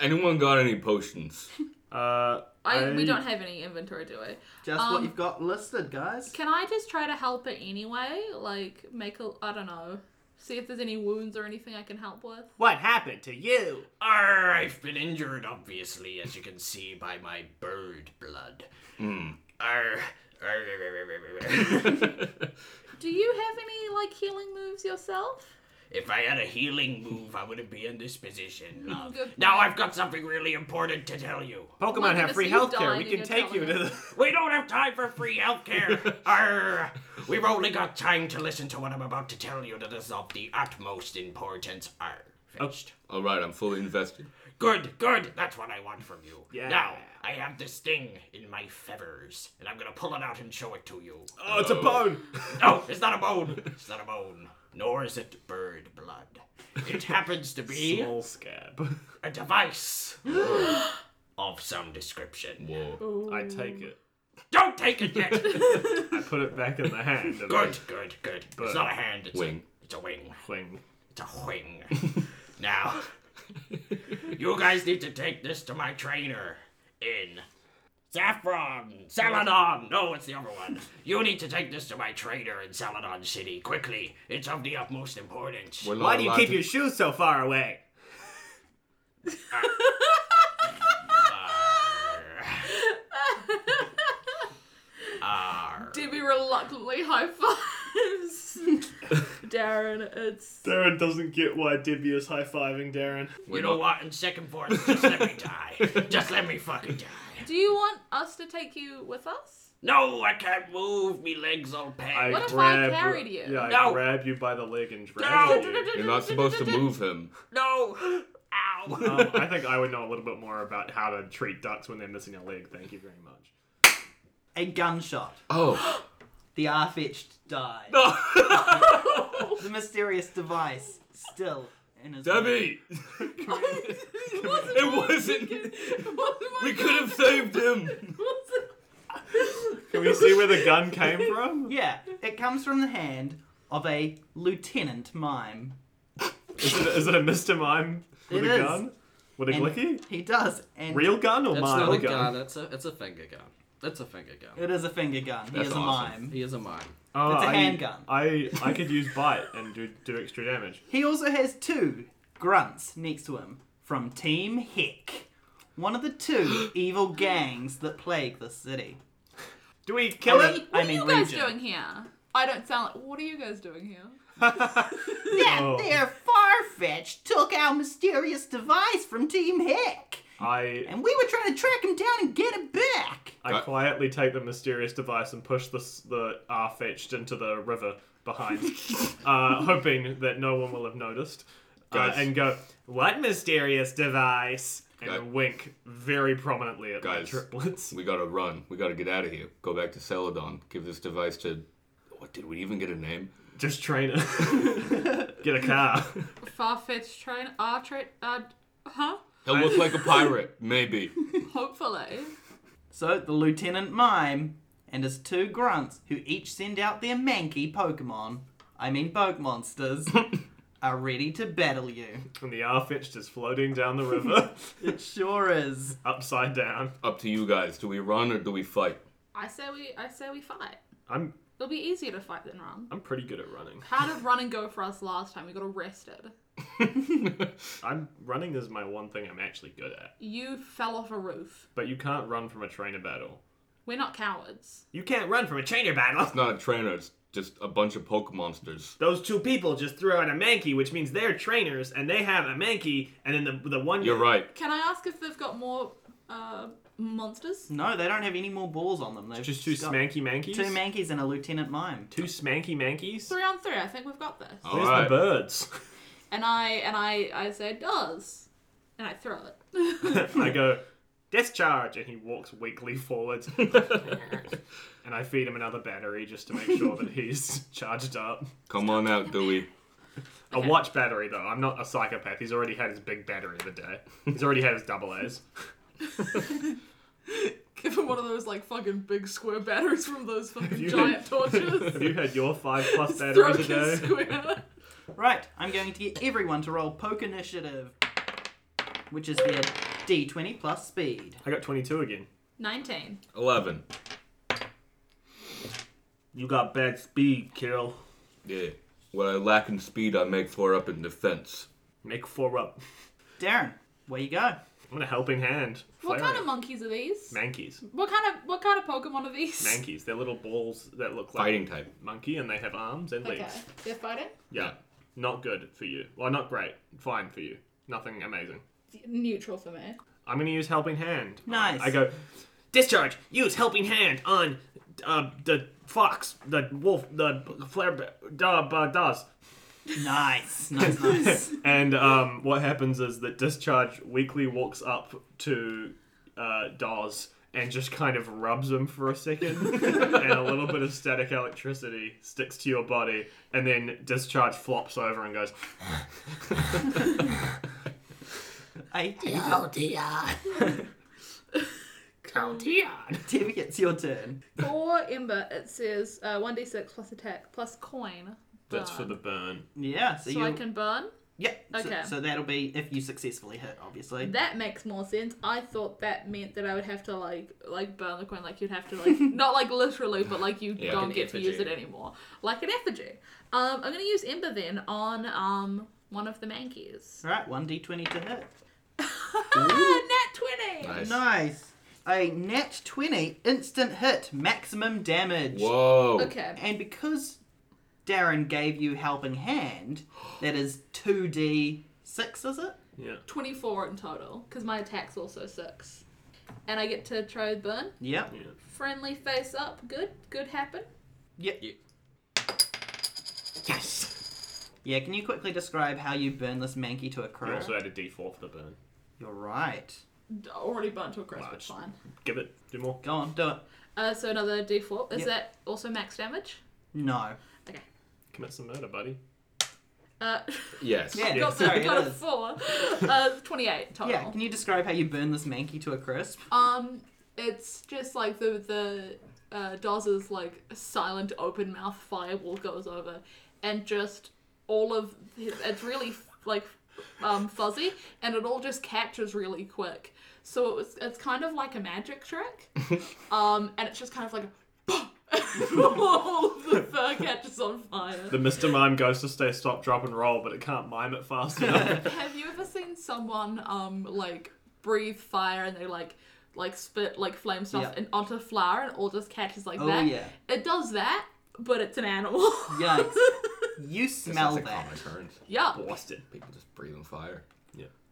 A: Anyone got any potions?
B: Uh,
C: I, we don't have any inventory, do we?
E: Just what
C: Um,
E: you've got listed, guys.
C: Can I just try to help it anyway? Like make a I don't know. See if there's any wounds or anything I can help with.
B: What happened to you?
D: Arr, I've been injured, obviously, as you can see by my bird blood. Arr, arr, arr, arr, arr, arr, arr.
C: Do you have any like healing moves yourself?
D: if I had a healing move, I wouldn't be in this position, love.
C: Good
D: Now I've got something really important to tell you.
B: Pokemon
C: Look,
B: have
C: this
B: free
C: is you
B: healthcare.
C: dying
B: We
C: and
B: can
C: you're
B: take you to
C: telling
B: the.
D: We don't have time for free healthcare. Arr, we've only got time to listen to what I'm about to tell you that is of the utmost importance. Arr,
B: Oh,
D: fetched.
A: All right, I'm fully invested.
D: Good, good. That's what I want from you.
B: Yeah.
D: Now, I have this thing in my feathers, and I'm gonna pull it out and show it to you.
B: Oh, it's a bone.
D: No, it's not a bone. It's not a bone. Nor is it bird blood. It happens to be
B: Small scab.
D: a device of some description.
A: Whoa.
B: I take it.
D: Don't take it yet.
B: I put it back in the hand. And
D: good, good, good. It's not a hand. It's
A: Wing.
D: A, it's a wing.
B: Cling.
D: It's a wing. now, you guys need to take this to my trainer in Saffron, Celadon. No, it's the other one. You need to take this to my trainer in Celadon City quickly. It's of the utmost importance.
A: We're not allowed to-
B: shoes so far away?
D: Arr.
C: Debbie reluctantly high fives. Darren, it's
B: Darren doesn't get why Debbie is high fiving Darren.
A: We're
D: You know
A: not-
D: what? In second force, just let me die. Just let me fucking die.
C: Do you want us to take you with us?
D: No, I can't move. Me legs all
B: I
D: packed.
C: What if I
B: grab,
C: carried you?
B: Yeah, I
D: No.
B: grab you by the leg and drag
D: No.
B: you.
A: Oh, You're not supposed to move him.
D: No. Ow.
B: Um, I think I would know a little bit more about how to treat ducks when they're missing a leg. Thank you very much.
E: A gunshot.
A: Oh.
E: The Arfetched died. the mysterious device still in his.
A: Debbie!
C: it wasn't.
A: It wasn't.
C: It wasn't my
A: We could have saved him!
C: wasn't-
B: Can we see where the gun came from?
E: Yeah, it comes from the hand of a lieutenant mime.
B: Is it, is it a Mr. Mime with
E: It
B: a
E: is.
B: gun? With a
E: And
B: glicky?
E: He does. And
B: Real gun or
F: That's
B: mime
F: not a gun.
B: gun?
F: That's a it's a finger gun. That's a finger gun.
E: It is a finger gun. he
A: That's
E: is a
A: awesome.
E: mime.
F: He is a mime.
B: Oh,
E: It's a
B: I-
E: handgun.
B: I, I could use bite and do, do extra damage.
E: He also has two grunts next to him from Team Heck, one of the two evil gangs that plague the city.
B: Do we kill
E: I
B: it?
E: mean-
C: What are
E: mean
C: you guys
E: region.
C: doing here? I don't sound like. What are you guys doing here?
E: That
B: Oh.
E: there Farfetch took our mysterious device from Team Heck,
B: I
E: and we were trying to track him down and get it back.
B: I quietly take the mysterious device and push the s- the R fetched into the river behind, uh, hoping that no one will have noticed, uh,
A: Guys.
B: and go what mysterious device and
A: Guy-
B: wink very prominently at my
A: Guys.
B: triplets.
A: We gotta run. We gotta get out of here. Go back to Celadon. Give this device to. What, did we even get a name?
B: Just train it. Get a car.
C: Farfetch train. Our train. Uh, huh?
A: He'll look like a pirate, maybe.
C: Hopefully.
E: So the Lieutenant Mime and his two grunts, who each send out their manky Pokemon, I mean bug monsters, are ready to battle you.
B: And the Arfetched is floating down the river,
E: It sure is.
B: upside down.
A: Up to you guys. Do we run or do we fight?
C: I say we I say we fight.
B: I'm
C: It'll be easier to fight than run.
B: I'm pretty good at running.
C: How did run and go for us last time? We got arrested.
B: I'm running is my one thing I'm actually good at.
C: You fell off a roof.
B: But you can't run from a trainer battle.
C: We're not cowards.
B: You can't run from a trainer battle.
A: It's not a trainer. It's just a bunch of poke monsters.
B: Those two people just threw out a Mankey, which means they're trainers, and they have a Mankey, and then the the one
A: You're right.
C: Can I ask if they've got more uh, monsters?
E: No, they don't have any more balls on them. They've
B: just two
E: got
B: smanky mankeys.
E: Two mankeys and a lieutenant mime.
B: two smanky mankeys.
C: Three on three. I think we've got this.
A: All
B: Where's the
A: right.
B: birds?
C: And I and I I say does, and I throw it.
B: I go discharge, and he walks weakly forwards. and I feed him another battery just to make sure that he's charged up.
A: Come on out, Dewey.
B: A watch battery though. I'm not a psychopath. He's already had his big battery of the day. He's already had his double A's.
C: Give him one of those like fucking big square batteries from those fucking
B: you-
C: giant torches.
B: Have you had your five plus
C: Throw
B: batteries a
C: it
B: day?
C: square.
E: Right, I'm going to get everyone to roll poke initiative, which is their d20 plus speed.
B: I got 22 again.
C: Nineteen.
A: Eleven.
B: You got bad speed, Carol.
A: Yeah. What I lack in speed, I make for up in defense.
B: Make four up.
E: Darren, where you go?
B: I'm a helping hand.
C: What
B: Flare
C: kind of
B: it.
C: monkeys are these?
B: Mankeys.
C: What kind of what kind of Pokemon are these?
B: Mankeys. They're little balls that look like
A: Fighting type.
B: monkey and they have arms and
C: Okay,
B: legs.
C: they're fighting.
B: Yeah. Not good for you. Well, not great. Fine for you. Nothing amazing.
C: Neutral for me.
B: I'm going to use helping hand. Um,
E: Nice.
B: I go, discharge, use helping hand on uh, the fox, the wolf, the flare, da, ba, das.
E: Nice, nice, nice.
B: and um, what happens is that Discharge weakly walks up to uh, Dawes and just kind of rubs him for a second, and a little bit of static electricity sticks to your body, and then Discharge flops over and goes,
E: hey,
G: Oh dear.
E: Debbie, it's your turn.
C: For Ember, it says uh, 1d6 plus attack plus coin.
B: "That's for
C: Burn.
B: the burn."
E: Yeah, so,
C: So
E: you.
C: I can burn?
E: Yep. so-
C: Okay.
E: So, that'll be if you successfully hit, obviously.
C: That makes more sense. I thought that meant that I would have to like like burn the coin, like you'd have to like not like literally, but like you
A: Yeah,
C: don't
A: like an
C: get to use it
F: effigy.
C: anymore, like an effigy. Um, I'm gonna use Ember then on um one of the mankeys.
E: Right, one d20 to hit.
C: Ah, nat twenty.
A: Nice.
E: Nice. A nat 20 instant hit, maximum damage.
A: Whoa.
C: Okay.
E: And because Darren gave you helping hand, that is 2d6, is it?
B: Yeah.
C: 24 in total because my attack's also 6 and i get to try with burn
E: Yep.
C: friendly face up good good happen
E: Yep.
F: Yeah.
E: Yes. Yeah, can you quickly describe how you burn this manky to
B: You
E: a crisp?
B: also had a D4 for the burn.
E: You're right.
C: D- already burnt to a crisp it's
B: Wow.
C: fine
B: Give it. Do more.
E: Go on, do it.
C: uh, so another d4 is
E: Yep.
C: that also max damage
E: No.
C: okay
B: Commit some murder, buddy.
C: uh,
A: Yes.
E: Yeah,
C: got,
E: sorry,
C: got
E: it
C: a
E: is.
C: four. Uh, 28 total.
E: Yeah, can you describe how you burn this manky to a crisp?
C: Um, it's just like the the uh, Doz's like silent open mouth fireball goes over, and just all of his, it's really like um, fuzzy, and it all just catches really quick. So it was, it's kind of like a magic trick, um, and it's just kind of like. a all of the fur catches on fire.
B: The Mr. Mime goes to stay stop, drop, and roll, but it can't mime it fast enough.
C: Have you ever seen someone um like breathe fire and they like like spit like flame stuff
E: Yeah.
C: and onto flour and all just catches like
E: Oh,
C: that?
E: yeah.
C: It does that, but it's an animal.
E: Yikes. You
A: That
E: smell
A: sounds
E: that.
A: like common occurrence.
C: yeah.
B: Boston.
A: People just breathing fire.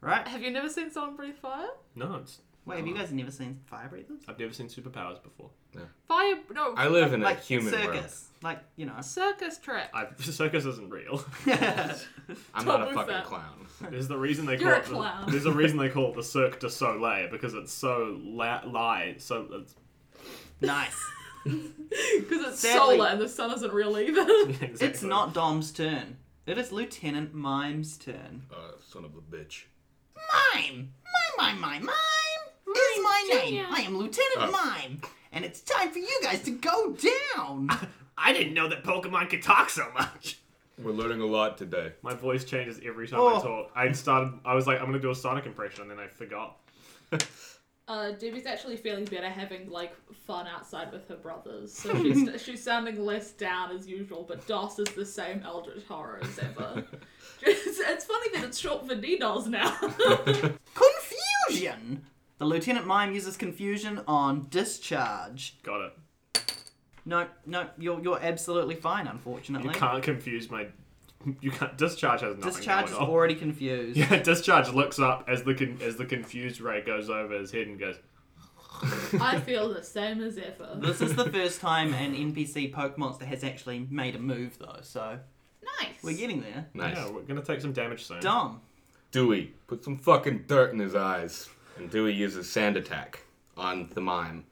E: Right?
C: Have you never seen someone breathe fire?
B: No, it's,
E: Wait, have you guys never seen fire breathers?
B: I've never seen superpowers before.
C: Fire no
A: I live in a
E: like
A: human world.
E: circus. Like, you know.
C: circus trick.
B: I, circus isn't real.
A: I'm not a
C: Totally
A: fucking
C: fair.
A: clown.
B: There's the reason they call
C: You're a
B: it the-
C: clown.
B: there's a reason they call it the Cirque du Soleil because it's so la- lie. So it's,
E: nice.
C: Because it's
E: Sadly-
C: solar and the sun isn't real either.
B: exactly.
E: It's not Dom's turn. It is Lieutenant Mime's turn.
A: Uh, son of a bitch.
E: Mime! Mime, mime, mime, mime! Is my name! I am
B: Oh.
E: Lieutenant Mime! And it's time for you guys to go down!
B: I didn't know that Pokemon could talk so much.
A: We're learning a lot today.
B: My voice changes every time
E: Oh.
B: I talk. I started. I was like, I'm gonna do a Sonic impression, and then I forgot.
C: Uh, Debbie's actually feeling better having like fun outside with her brothers, so she's she's sounding less down as usual. But DOS is the same Eldritch horror as ever. it's, it's funny that it's short for DDoS now.
E: Confusion! The Lieutenant Mime uses confusion on discharge.
B: Got it.
E: No, no, you're, you're absolutely fine, unfortunately.
B: You can't confuse my. You can't. Discharge has nothing.
E: discharge is
B: going on.
E: already confused.
B: Yeah, discharge looks up as the con- as the confused ray goes over his head and goes.
C: I feel the same as ever.
E: This is the first time an NPC poke monster has actually made a move, though, so
C: Nice.
E: we're getting there.
A: Nice.
B: Yeah, we're gonna take some damage soon.
E: Dom,
A: Dewey, put some fucking dirt in his eyes. And Dewey uses sand attack on the mime.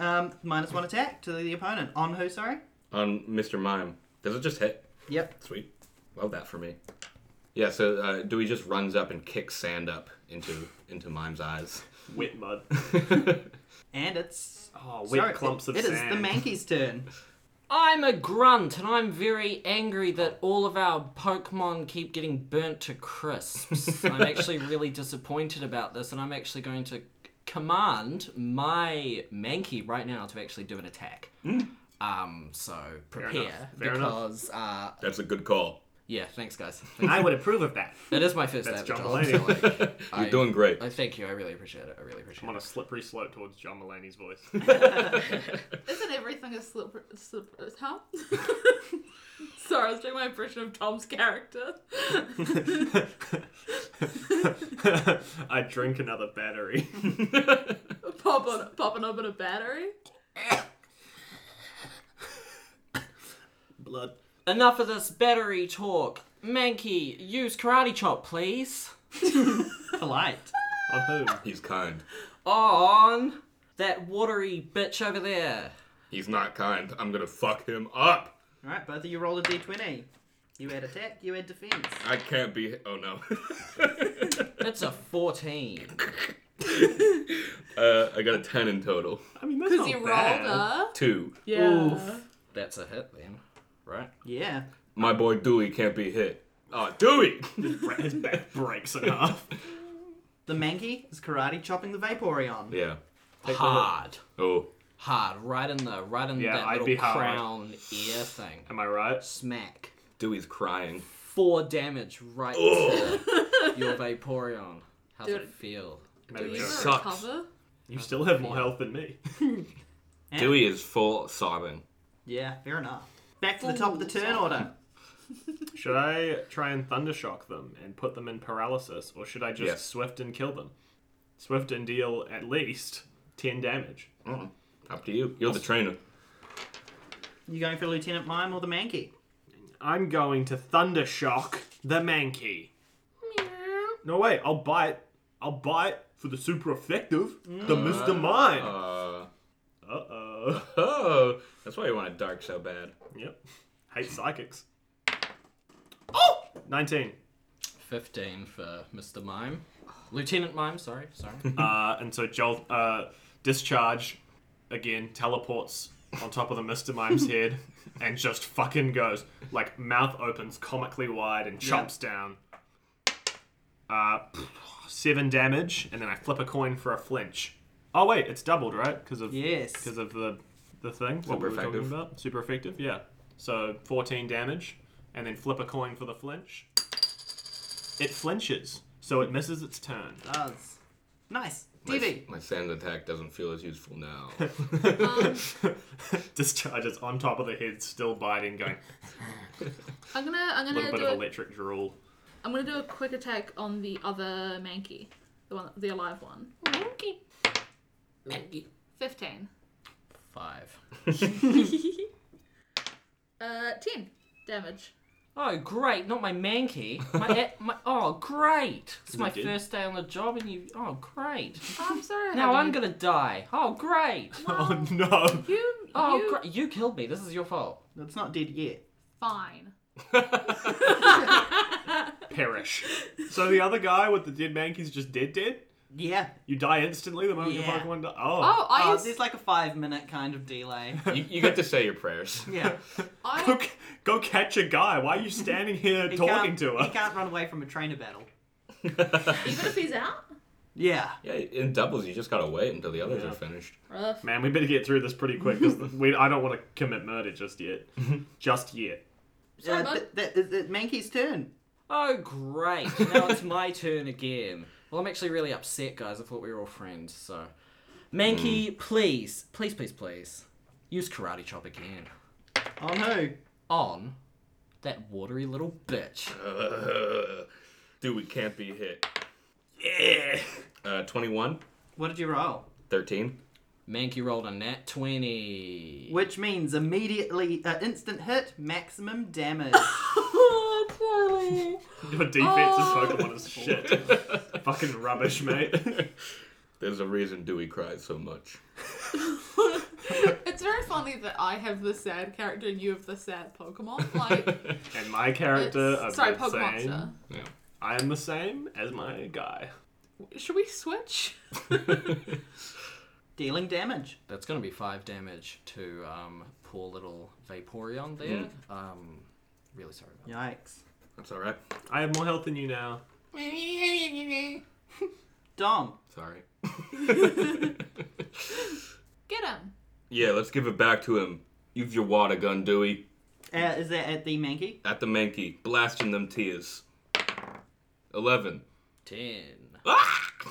E: um, minus one attack to the opponent. On who, sorry?
A: On Mr. Mime. Does it just hit?
E: Yep.
A: Sweet. Love that for me. Yeah, so uh, Dewey just runs up and kicks sand up into into Mime's eyes.
B: Wet mud.
E: And it's.
B: Oh, wet
E: sorry,
B: clumps of
E: It
B: sand.
E: is the Mankey's turn.
F: I'm a grunt, and I'm very angry that all of our Pokemon keep getting burnt to crisps. I'm actually really disappointed about this, and I'm actually going to command my Mankey right now to actually do an attack. Um, so prepare
B: enough, Mm. fair enough.
F: because uh,
A: That's a good call.
F: yeah, thanks guys.
E: I would approve of that.
F: it is my first
B: That's
F: avatar.
B: John
F: so,
B: Mulaney.
F: like,
A: You're
F: I-
A: doing great.
F: I thank you. I really appreciate it. I really appreciate
B: I'm on a
F: it.
B: slippery slope towards John Mulaney's voice.
C: Isn't everything a slippery, slippery huh? Sorry, I was doing my impression of Tom's character.
B: I drink another battery.
C: popping, popping open a battery.
B: Blood.
F: Enough of this battery talk. Mankey, use karate chop, please.
E: Polite.
B: On whom?
A: He's kind.
F: On that watery bitch over there.
A: He's not kind. I'm gonna fuck him up.
E: Alright, both of you roll a d20. You add attack, you add defense.
A: I can't be. Oh no.
F: That's a 14.
A: uh, I got a ten in total.
B: I mean, that's
C: Because
B: not
C: he rolled
B: bad.
C: a.
A: Two.
C: Yeah.
F: That's a hit then, right?
E: Yeah.
A: My boy Dewey can't be hit. Oh, Dewey!
B: His back breaks in half.
E: The Mankey is karate chopping the Vaporeon.
A: yeah.
F: Hard.
A: Oh.
F: Hard. Right in the right in
B: Yeah,
F: that
B: I'd
F: little
B: be hard.
F: crown ear thing.
B: Am I right?
F: Smack.
A: Dewey's crying.
F: Four damage right to your Vaporeon. How's
C: Dude.
F: it feel?
C: Do
B: Maybe
C: you
B: so.
C: ever
A: Sucks.
C: recover?
B: You still have more health than me.
E: Yeah.
A: Dewey is full sobbing.
E: Yeah, fair enough. Back to the top of the turn order.
B: Should I try and thundershock them and put them in paralysis, or should I just
A: Yes.
B: swift and kill them? Swift and deal at least ten damage.
A: Up to you. You're the trainer.
E: You going for Lieutenant Mime or the Mankey?
B: I'm going to thundershock the Mankey. No way! I'll bite. I'll bite for the super effective. The Mister Mime.
A: Uh,
B: Uh oh.
A: oh. That's why you want a dark so bad.
B: Yep. Hate psychics. Oh! 19.
F: 15 for Mr. Mime. Lieutenant Mime, sorry, sorry.
B: Uh, and so Jolt, uh, discharge, again, teleports on top of the Mr. Mime's head and just fucking goes, like, mouth opens comically wide and chomps down. Uh, seven damage, and then I flip a coin for a flinch. Oh, wait, it's doubled, right? Because of,
E: Yes.
B: because of the, the thing? what
A: Super
B: we were talking
A: effective.
B: about? Super effective, yeah. So 14 damage, and then flip a coin for the flinch. It flinches, so it misses its turn.
E: Does. Nice.
A: My-
E: DV.
A: My, sand attack doesn't feel as useful now.
B: Discharges on top of the head, still biting, going
C: I'm gonna, I'm
B: a
C: gonna
B: little bit
C: do
B: of
C: a,
B: electric drool.
C: I'm gonna do a quick attack on the other Mankey, the one, the alive one.
H: Mankey. Mankey.
C: Fifteen.
F: Five.
C: Uh, ten damage.
F: Oh, great! Not my manky. My, eh, my oh, great! It's my
B: it dead?
F: first day on the job, and you. Oh, great!
C: Oh, I'm sorry. I
F: Now
C: haven't-
F: I'm gonna die. Oh, great!
B: Oh no!
C: You,
F: Oh,
C: you,
F: great! You killed me. This is your fault.
E: It's not dead yet.
C: fine.
B: Perish. So the other guy with the dead mankey's just dead, dead.
E: Yeah.
B: You die instantly the moment
E: Yeah.
B: your Pokemon dies. Oh,
C: Oh, I
E: Oh,
C: used,
E: there's like a five minute kind of delay.
A: You, you get to say your prayers.
E: Yeah.
B: go,
C: I,
B: c- go catch a guy. Why are you standing here
E: Oh. He
B: talking
E: can't-
B: to
E: He
B: us?
E: can't run away from a trainer battle.
C: even if he's out,
E: Yeah.
A: Yeah, in doubles, you just gotta wait until the others are finished.
C: rough.
B: Man, we better get through this pretty quick because we I don't want to commit murder just yet. just yet.
C: Sorry, bud.
E: Uh, th- th- th- th- Mankey's turn.
F: Oh, great. Now it's my turn again. Well, I'm actually really upset, guys. I thought we were all friends, so. Mankey, please, please, please, please, use Karate Chop again.
E: On who?
F: On that watery little bitch.
A: Dude, we can't be hit.
B: Yeah.
A: Uh, 21,
E: What did you roll?
A: 13.
F: Mankey rolled a nat 20.
E: Which means immediately, uh, instant hit, maximum damage.
C: Oh, Charlie.
B: Your defensive
E: Oh.
B: Pokemon is shit. Fucking rubbish, mate.
A: There's a reason Dewey cries so much.
C: it's very funny that I have the sad character and you have the sad Pokemon. Like,
B: And my character, I'm
C: it's, sorry,
B: the
C: Pokemonster.
B: same. I am the same as my guy.
C: Should we switch?
E: Dealing damage.
F: That's going to be 5 damage to um, poor little Vaporeon there. Um, really sorry about
E: Yikes.
A: That's alright.
B: I have more health than you now.
E: Dom.
A: Sorry.
C: Get him.
A: Yeah, let's give it back to him. Use your water gun, Dewey.
E: Uh, is that at the Mankey?
A: At the Mankey, blasting them tears. 11,
F: that. 10.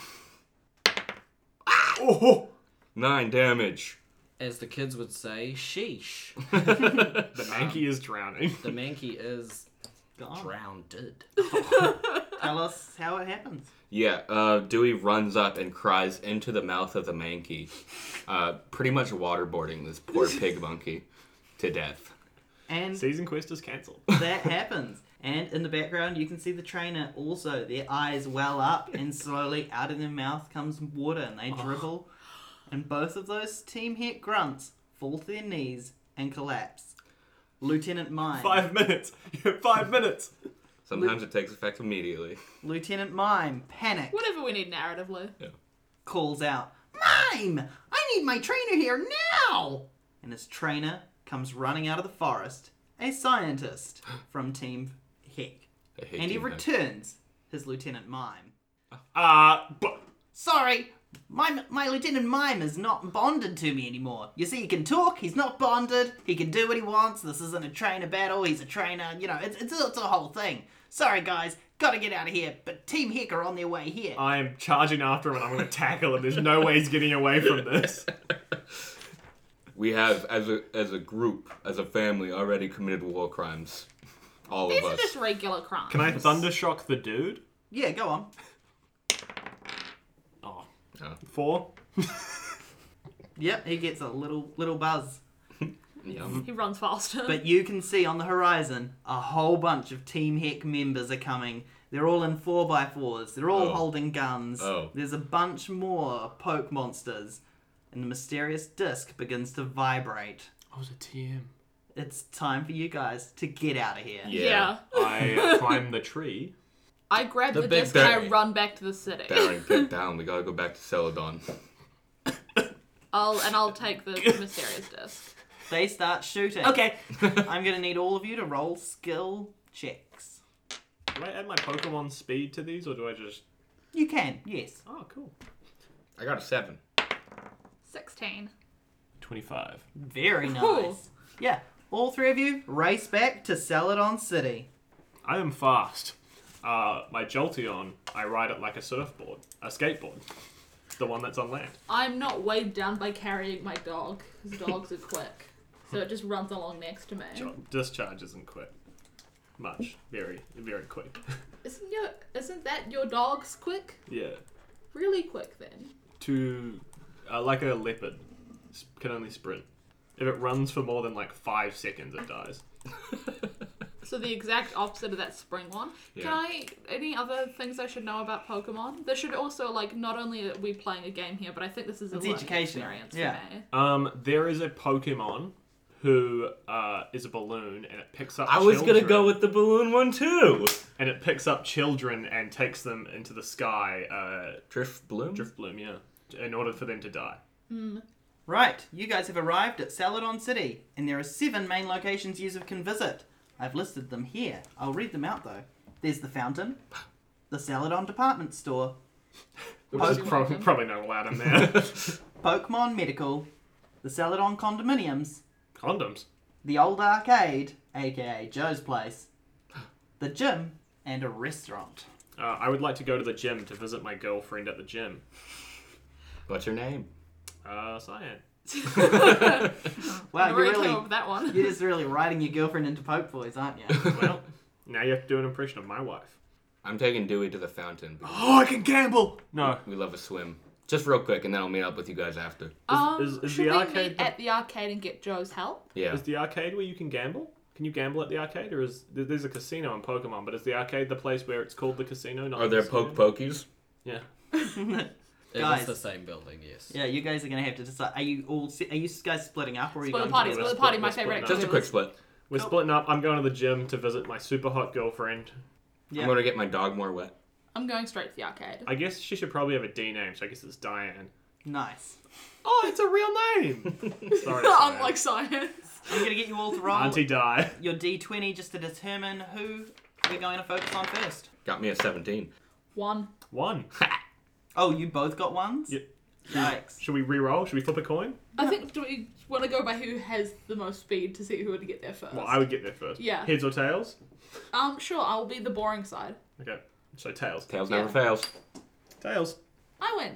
A: 9 damage.
F: As the kids would say, sheesh.
B: The Mankey is drowning.
F: The Mankey is
E: Gone.
F: drowned.
E: Tell us how it happens.
A: Yeah, uh, Dewey runs up and cries into the mouth of the Mankey, uh, pretty much waterboarding this poor pig monkey to death.
E: And
B: Season quest is cancelled.
E: that happens. And in the background, you can see the trainer also, their eyes well up, and slowly out of their mouth comes water, and they dribble. And both of those team hit grunts fall to their knees and collapse. Lieutenant Mime.
B: Five minutes. Five minutes.
A: Sometimes it takes effect immediately.
E: Lieutenant Mime, panic,
C: Whatever we need narratively.
E: calls out, Mime! I need my trainer here now! And his trainer comes running out of the forest, a scientist from Team Heck.
A: I hate
E: And he
A: you, Mac.
E: returns his Lieutenant Mime.
B: Uh, but
E: Sorry, my my lieutenant mime is not bonded to me anymore. You see, he can talk. He's not bonded. He can do what he wants. This isn't a trainer battle. He's a trainer. You know, it's it's, it's a whole thing. Sorry, guys, gotta get out of here. But Team Hick are on their way here.
B: I am charging after him and I'm going to tackle him. There's no way he's getting away from this.
A: We have, as a as a group, as a family, already committed war crimes. All
C: These
A: of
C: are
A: us.
C: just regular crimes.
B: Can I thundershock the dude?
E: yeah, go on.
B: Oh.
A: Oh.
B: Four?
E: Yep, he gets a little little buzz.
A: Yum.
C: He runs faster.
E: But you can see on the horizon a whole bunch of Team Heck members are coming. They're all in 4x4s. They're all
A: Oh.
E: holding guns.
A: Oh.
E: There's a bunch more poke monsters. And the mysterious disc begins to vibrate.
B: I was a TM.
E: It's time for you guys to get out of here.
A: Yeah.
C: yeah.
B: I climb the tree.
C: I grab
A: The
C: the,
A: big
C: disc and I
A: berry.
C: run back to the city.
A: Darren, get down. We gotta go back to Celadon.
C: I'll and I'll take the mysterious disc.
E: They start shooting. Okay. I'm going to need all of you to roll skill checks.
B: Do I add my Pokemon speed to these or do I just.
E: You can, yes.
B: Oh, cool.
A: I got a seven.
C: Sixteen.
B: 25.
E: Very nice.
C: Cool.
E: Yeah. All three of you race back to Celadon City.
B: I am fast. Uh, my Jolteon, I ride it like a surfboard, a skateboard. The one that's on land.
C: I'm not weighed down by carrying my dog. 'cause dogs are quick, so it just runs along next to me.
B: Discharge isn't quick. Much. Very, very quick.
C: Isn't your isn't that your dog's quick?
B: yeah.
C: Really quick then.
B: To. Uh, like a leopard, s- can only sprint. If it runs for more than like five seconds, it dies.
C: So the exact opposite of that spring one. Can
A: Yeah.
C: I any other things I should know about Pokemon? There should also like not only are we playing a game here, but I think this is a
E: It's
C: learning
E: educational,
C: experience
E: yeah.
C: for me.
B: Um, there is a Pokemon who uh, is a balloon and it picks up.
A: I was
B: children,
A: gonna go with the balloon one too.
B: and it picks up children and takes them into the sky. Uh,
A: Drift balloon.
B: drift bloom, yeah, in order for them to die.
E: Right, you guys have arrived at Saladon City, and there are seven main locations you can visit. I've listed them here. I'll read them out though. There's the fountain, the Saladon department store,
B: Which is prob- probably not allowed in there.
E: Pokemon Medical, the Saladon condominiums,
B: Condoms.
E: the old arcade, aka Joe's place, the gym, and a restaurant.
B: Uh, I would like to go to the gym to visit my girlfriend at the gym.
A: What's your name?
B: Uh, Cyan.
E: Wow,
C: I
E: you're
C: already
E: really
C: came up with that one.
E: you're just really riding your girlfriend into Pope Boys, aren't you?
B: Well, now you have to do an impression of my wife.
A: I'm taking Dewey to the fountain. because
B: Oh, I can gamble. No.
A: We love a swim. Just real quick, and then I'll meet up with you guys after.
C: Um,
B: is- is
C: should
B: the
C: we
B: arcade
C: meet
B: the-
C: at the arcade and get Joe's help?
A: Yeah.
B: Is the arcade where you can gamble? Can you gamble at the arcade, or is there- there's a casino in Pokemon? But is the arcade the place where it's called the casino? Not
A: Are
B: the
A: there
B: casino?
A: poke pokies?
B: Yeah.
F: It
E: Guys.
F: is the same building, yes.
E: yeah, you guys are gonna have to decide. Are you all? se- Are you guys splitting up, or are you
C: Split the
E: going
C: party,
E: to
C: split
B: let's
C: the party,
B: split-
C: my
B: let's split
C: favourite
B: now.
C: activity.
A: Just a quick split.
B: We're splitting up. I'm going to the gym to visit my super hot girlfriend.
E: Yeah.
A: I'm gonna get my dog more wet.
C: I'm going straight to the arcade.
B: I guess she should probably have a D name, so I guess it's Diane.
E: Nice.
B: Oh, it's a real name! Sorry. Diane.
C: Unlike science.
E: I'm gonna get you all to roll
B: Auntie Di.
E: your d20 just to determine who we're going to focus on first.
A: Got me a 17.
C: One.
B: One.
E: Oh, you both got ones.
B: Yep.
E: Yikes.
B: Should we re-roll? Should we flip a coin?
C: I think do we want to go by who has the most speed to see who would get there first?
B: Well, I would get there first.
C: Yeah.
B: Heads or tails?
C: Um, sure. I'll be the boring side.
B: Okay. So tails.
A: Tails
C: Yeah.
A: never fails.
B: Tails.
C: I win.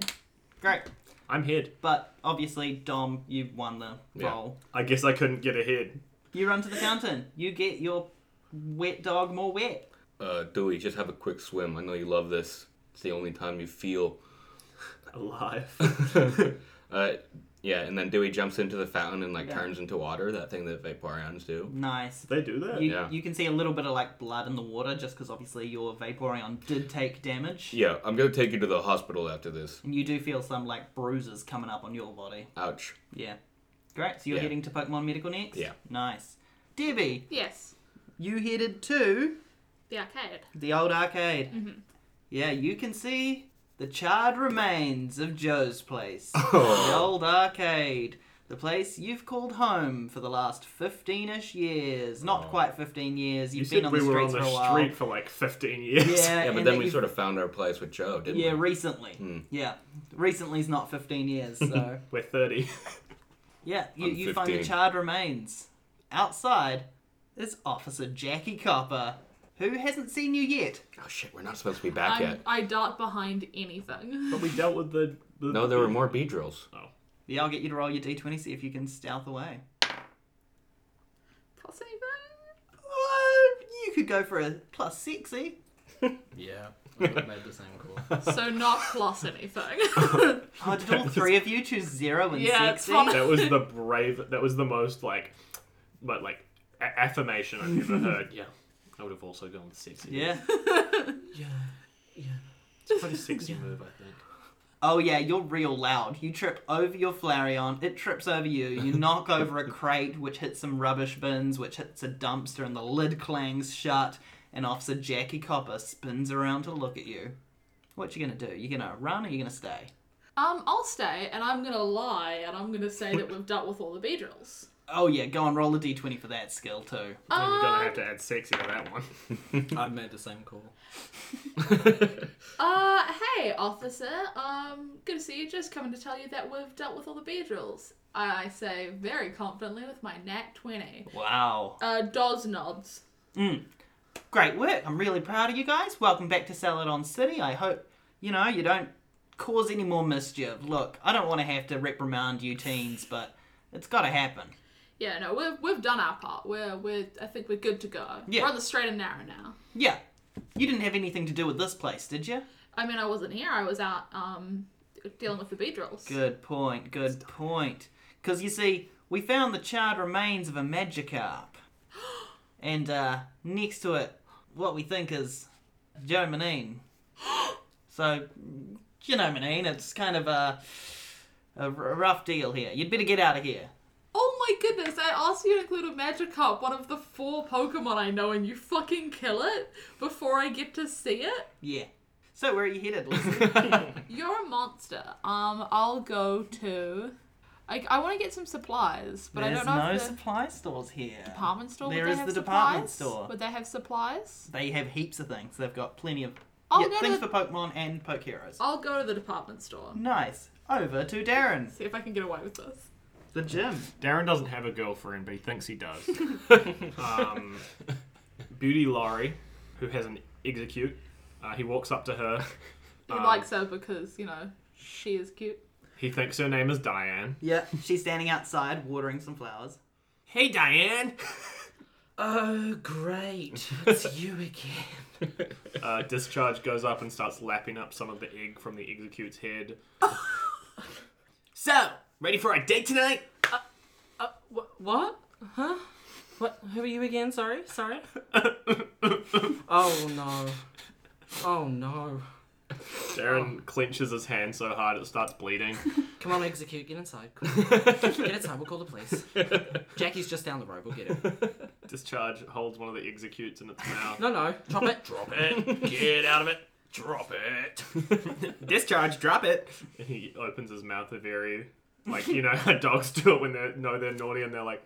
E: Great.
B: I'm head.
E: But obviously, Dom, you won the
A: Yeah.
E: roll.
B: I guess I couldn't get ahead.
E: You run to the fountain. You get your wet dog more wet.
A: Uh, Dewey, just have a quick swim. I know you love this. It's the only time you feel.
B: Alive.
A: uh, yeah, and then Dewey jumps into the fountain and like
E: Yeah.
A: turns into water. That thing that Vaporeons do.
E: Nice.
B: they do that?
E: You,
A: Yeah.
E: you can see a little bit of like blood in the water just because obviously your Vaporeon did take damage.
A: Yeah, I'm gonna take you to the hospital after this.
E: And you do feel some like bruises coming up on your body.
A: Ouch.
E: Yeah. Great. So you're
A: Yeah.
E: heading to Pokemon Medical next?
A: Yeah.
E: Nice. Debbie,
C: Yes.
E: you headed to
C: The arcade.
E: The old arcade. Yeah, you can see the charred remains of Joe's place. The old arcade. The place you've called home for the last 15 ish years. Not quite 15 years.
B: You
E: You've
B: said
E: been on
B: we
E: the
B: were on
E: streets
B: the
E: for a while.
B: street for like 15 years.
E: Yeah,
A: Yeah, but
E: and
A: then
E: that
A: we
E: you've-
A: sort of found our place with Joe, didn't
E: Yeah,
A: we?
E: recently. Yeah. Recently's not 15 years, so.
B: We're 30.
E: yeah, you,
A: I'm
E: you find the
A: 15.
E: charred remains. Outside is Officer Jackie Copper, who hasn't seen you yet.
A: Oh shit, we're not supposed to be back
C: I'm,
A: yet.
C: I dart behind anything.
B: but we dealt with the. the
A: No, there were more bee drills.
E: Yeah, I'll get you to roll your d20, see if you can stealth away.
C: Plus even.
E: Uh, you could go for a plus eh? sexy.
F: Yeah. I would've made the same call.
C: So not plus anything.
E: Oh, did all three of you choose zero and eh?
C: Yeah, it's
E: sexy?
C: fine.
B: That was the brave. That was the most like, but like a- affirmation I've ever heard. Yeah, I would have also gone with sexy.
E: Yeah.
B: it's quite a sexy move, I think.
E: Oh yeah, you're real loud. You trip over your Flareon, it trips over you, you knock over a crate which hits some rubbish bins, which hits a dumpster and the lid clangs shut, and Officer Jackie Copper spins around to look at you. What you gonna do? You gonna run or you gonna stay?
C: um, I'll stay, and I'm gonna lie, and I'm gonna say that we've dealt with all the beedrills.
E: Oh yeah, go and roll a d20 for that skill too.
B: And we're gonna
C: Um,
B: have to add sexy to that one.
F: I made the same call.
C: uh, hey, officer. Um, good to see you. Just coming to tell you that we've dealt with all the beedrills. I, I say very confidently with my nat twenty.
E: Wow.
C: Uh, Dawes nods.
E: Great work. I'm really proud of you guys. Welcome back to Saladon City. I hope, you know, you don't cause any more mischief. Look, I don't want to have to reprimand you teens, but it's got to happen.
C: Yeah, no, we've we've done our part. We're we're I think we're good to go.
E: Yeah.
C: We're on the straight and narrow now.
E: Yeah. You didn't have anything to do with this place, did you?
C: I mean, I wasn't here. I was out um dealing with the beedrills.
E: Good point. Good point. Because, you see, we found the charred remains of a Magikarp. And uh, next to it, what we think is Joe Manine. So, you know Manine, it's kind of a, a r- rough deal here. You'd better get out of here.
C: Oh my goodness, I asked you to include a Magikarp, one of the four Pokemon I know, and you fucking kill it before I get to see it?
E: Yeah. So where are you headed, Lizzie?
C: You're a monster. Um, I'll go to. I, I want to get some supplies, but I
E: There's
C: don't know
E: no
C: if the
E: supply stores here.
C: department store.
E: There
C: would they
E: is
C: have
E: the department
C: supplies?
E: store.
C: Would they have supplies?
E: They have heaps of things. They've got plenty of
C: I'll
E: yeah,
C: go to
E: things
C: the-
E: for Pokemon and Poke Heroes.
C: I'll go to the department store.
E: Nice. Over to Darren.
C: See if I can get away with this.
E: The gym.
B: Darren doesn't have a girlfriend, but he thinks he does. um, Beauty Laurie, who has an execute, uh, he walks up to her.
C: He
B: Um,
C: likes her because you know she is cute.
B: He thinks her name is Diane.
E: Yeah. She's standing outside watering some flowers.
B: Hey, Diane!
F: Oh, great. It's you again.
B: Uh, Discharge goes up and starts lapping up some of the egg from the execute's head.
G: So,
B: Ready for our date tonight?
C: Wh- what?
F: What? Who are you again? Sorry? Sorry? oh, no. Oh, no.
B: Darren clenches his hand so hard it starts bleeding.
F: Come on, execute. Get inside. Quick. Get inside. We'll call the police. Jackie's just down the road. We'll get her.
B: Discharge holds one of the executes in its mouth.
F: No, no. Drop it.
D: Drop it. Get out of it. Drop it.
E: Discharge, drop it.
B: He opens his mouth a very, like, you know how dogs do it when they know they're naughty and they're like,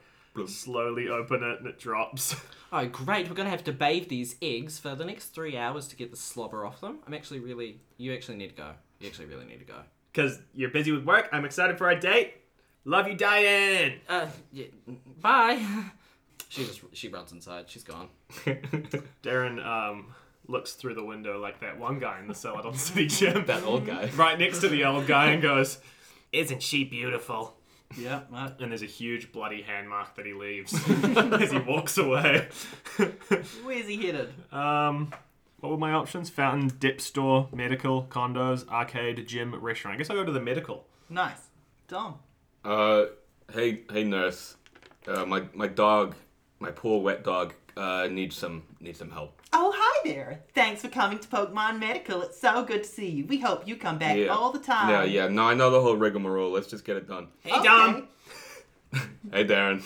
B: slowly open it and it drops.
F: Oh, great. We're going to have to bathe these eggs for the next three hours to get the slobber off them. I'm actually really. You actually need to go. You actually really need to go.
B: Because you're busy with work. I'm excited for our date. Love you, Diane.
F: Uh, yeah, bye. She just she runs inside. She's gone.
B: Darren um, looks through the window like that one guy in the Celadon City gym,
A: That old guy.
B: right next to the old guy, and goes, Isn't she beautiful?
E: Yeah,
A: uh,
E: right.
B: And there's a huge bloody hand mark that he leaves as he walks away.
E: Where's he headed?
B: um, what were my options? Fountain, dip store, medical, condos, arcade, gym, restaurant. I guess I'll go to the medical.
E: Nice. Dom.
A: Uh, hey, hey, nurse. Uh, my my dog, my poor wet dog, uh, needs some needs some help.
E: Oh, hi there. Thanks for coming to Pokemon Medical. It's so good to see you. We hope you come back all the time.
A: Yeah, yeah. No, I know the whole rigmarole. Let's just get it done.
B: Hey,
E: Okay.
B: Dom.
A: Hey, Darren.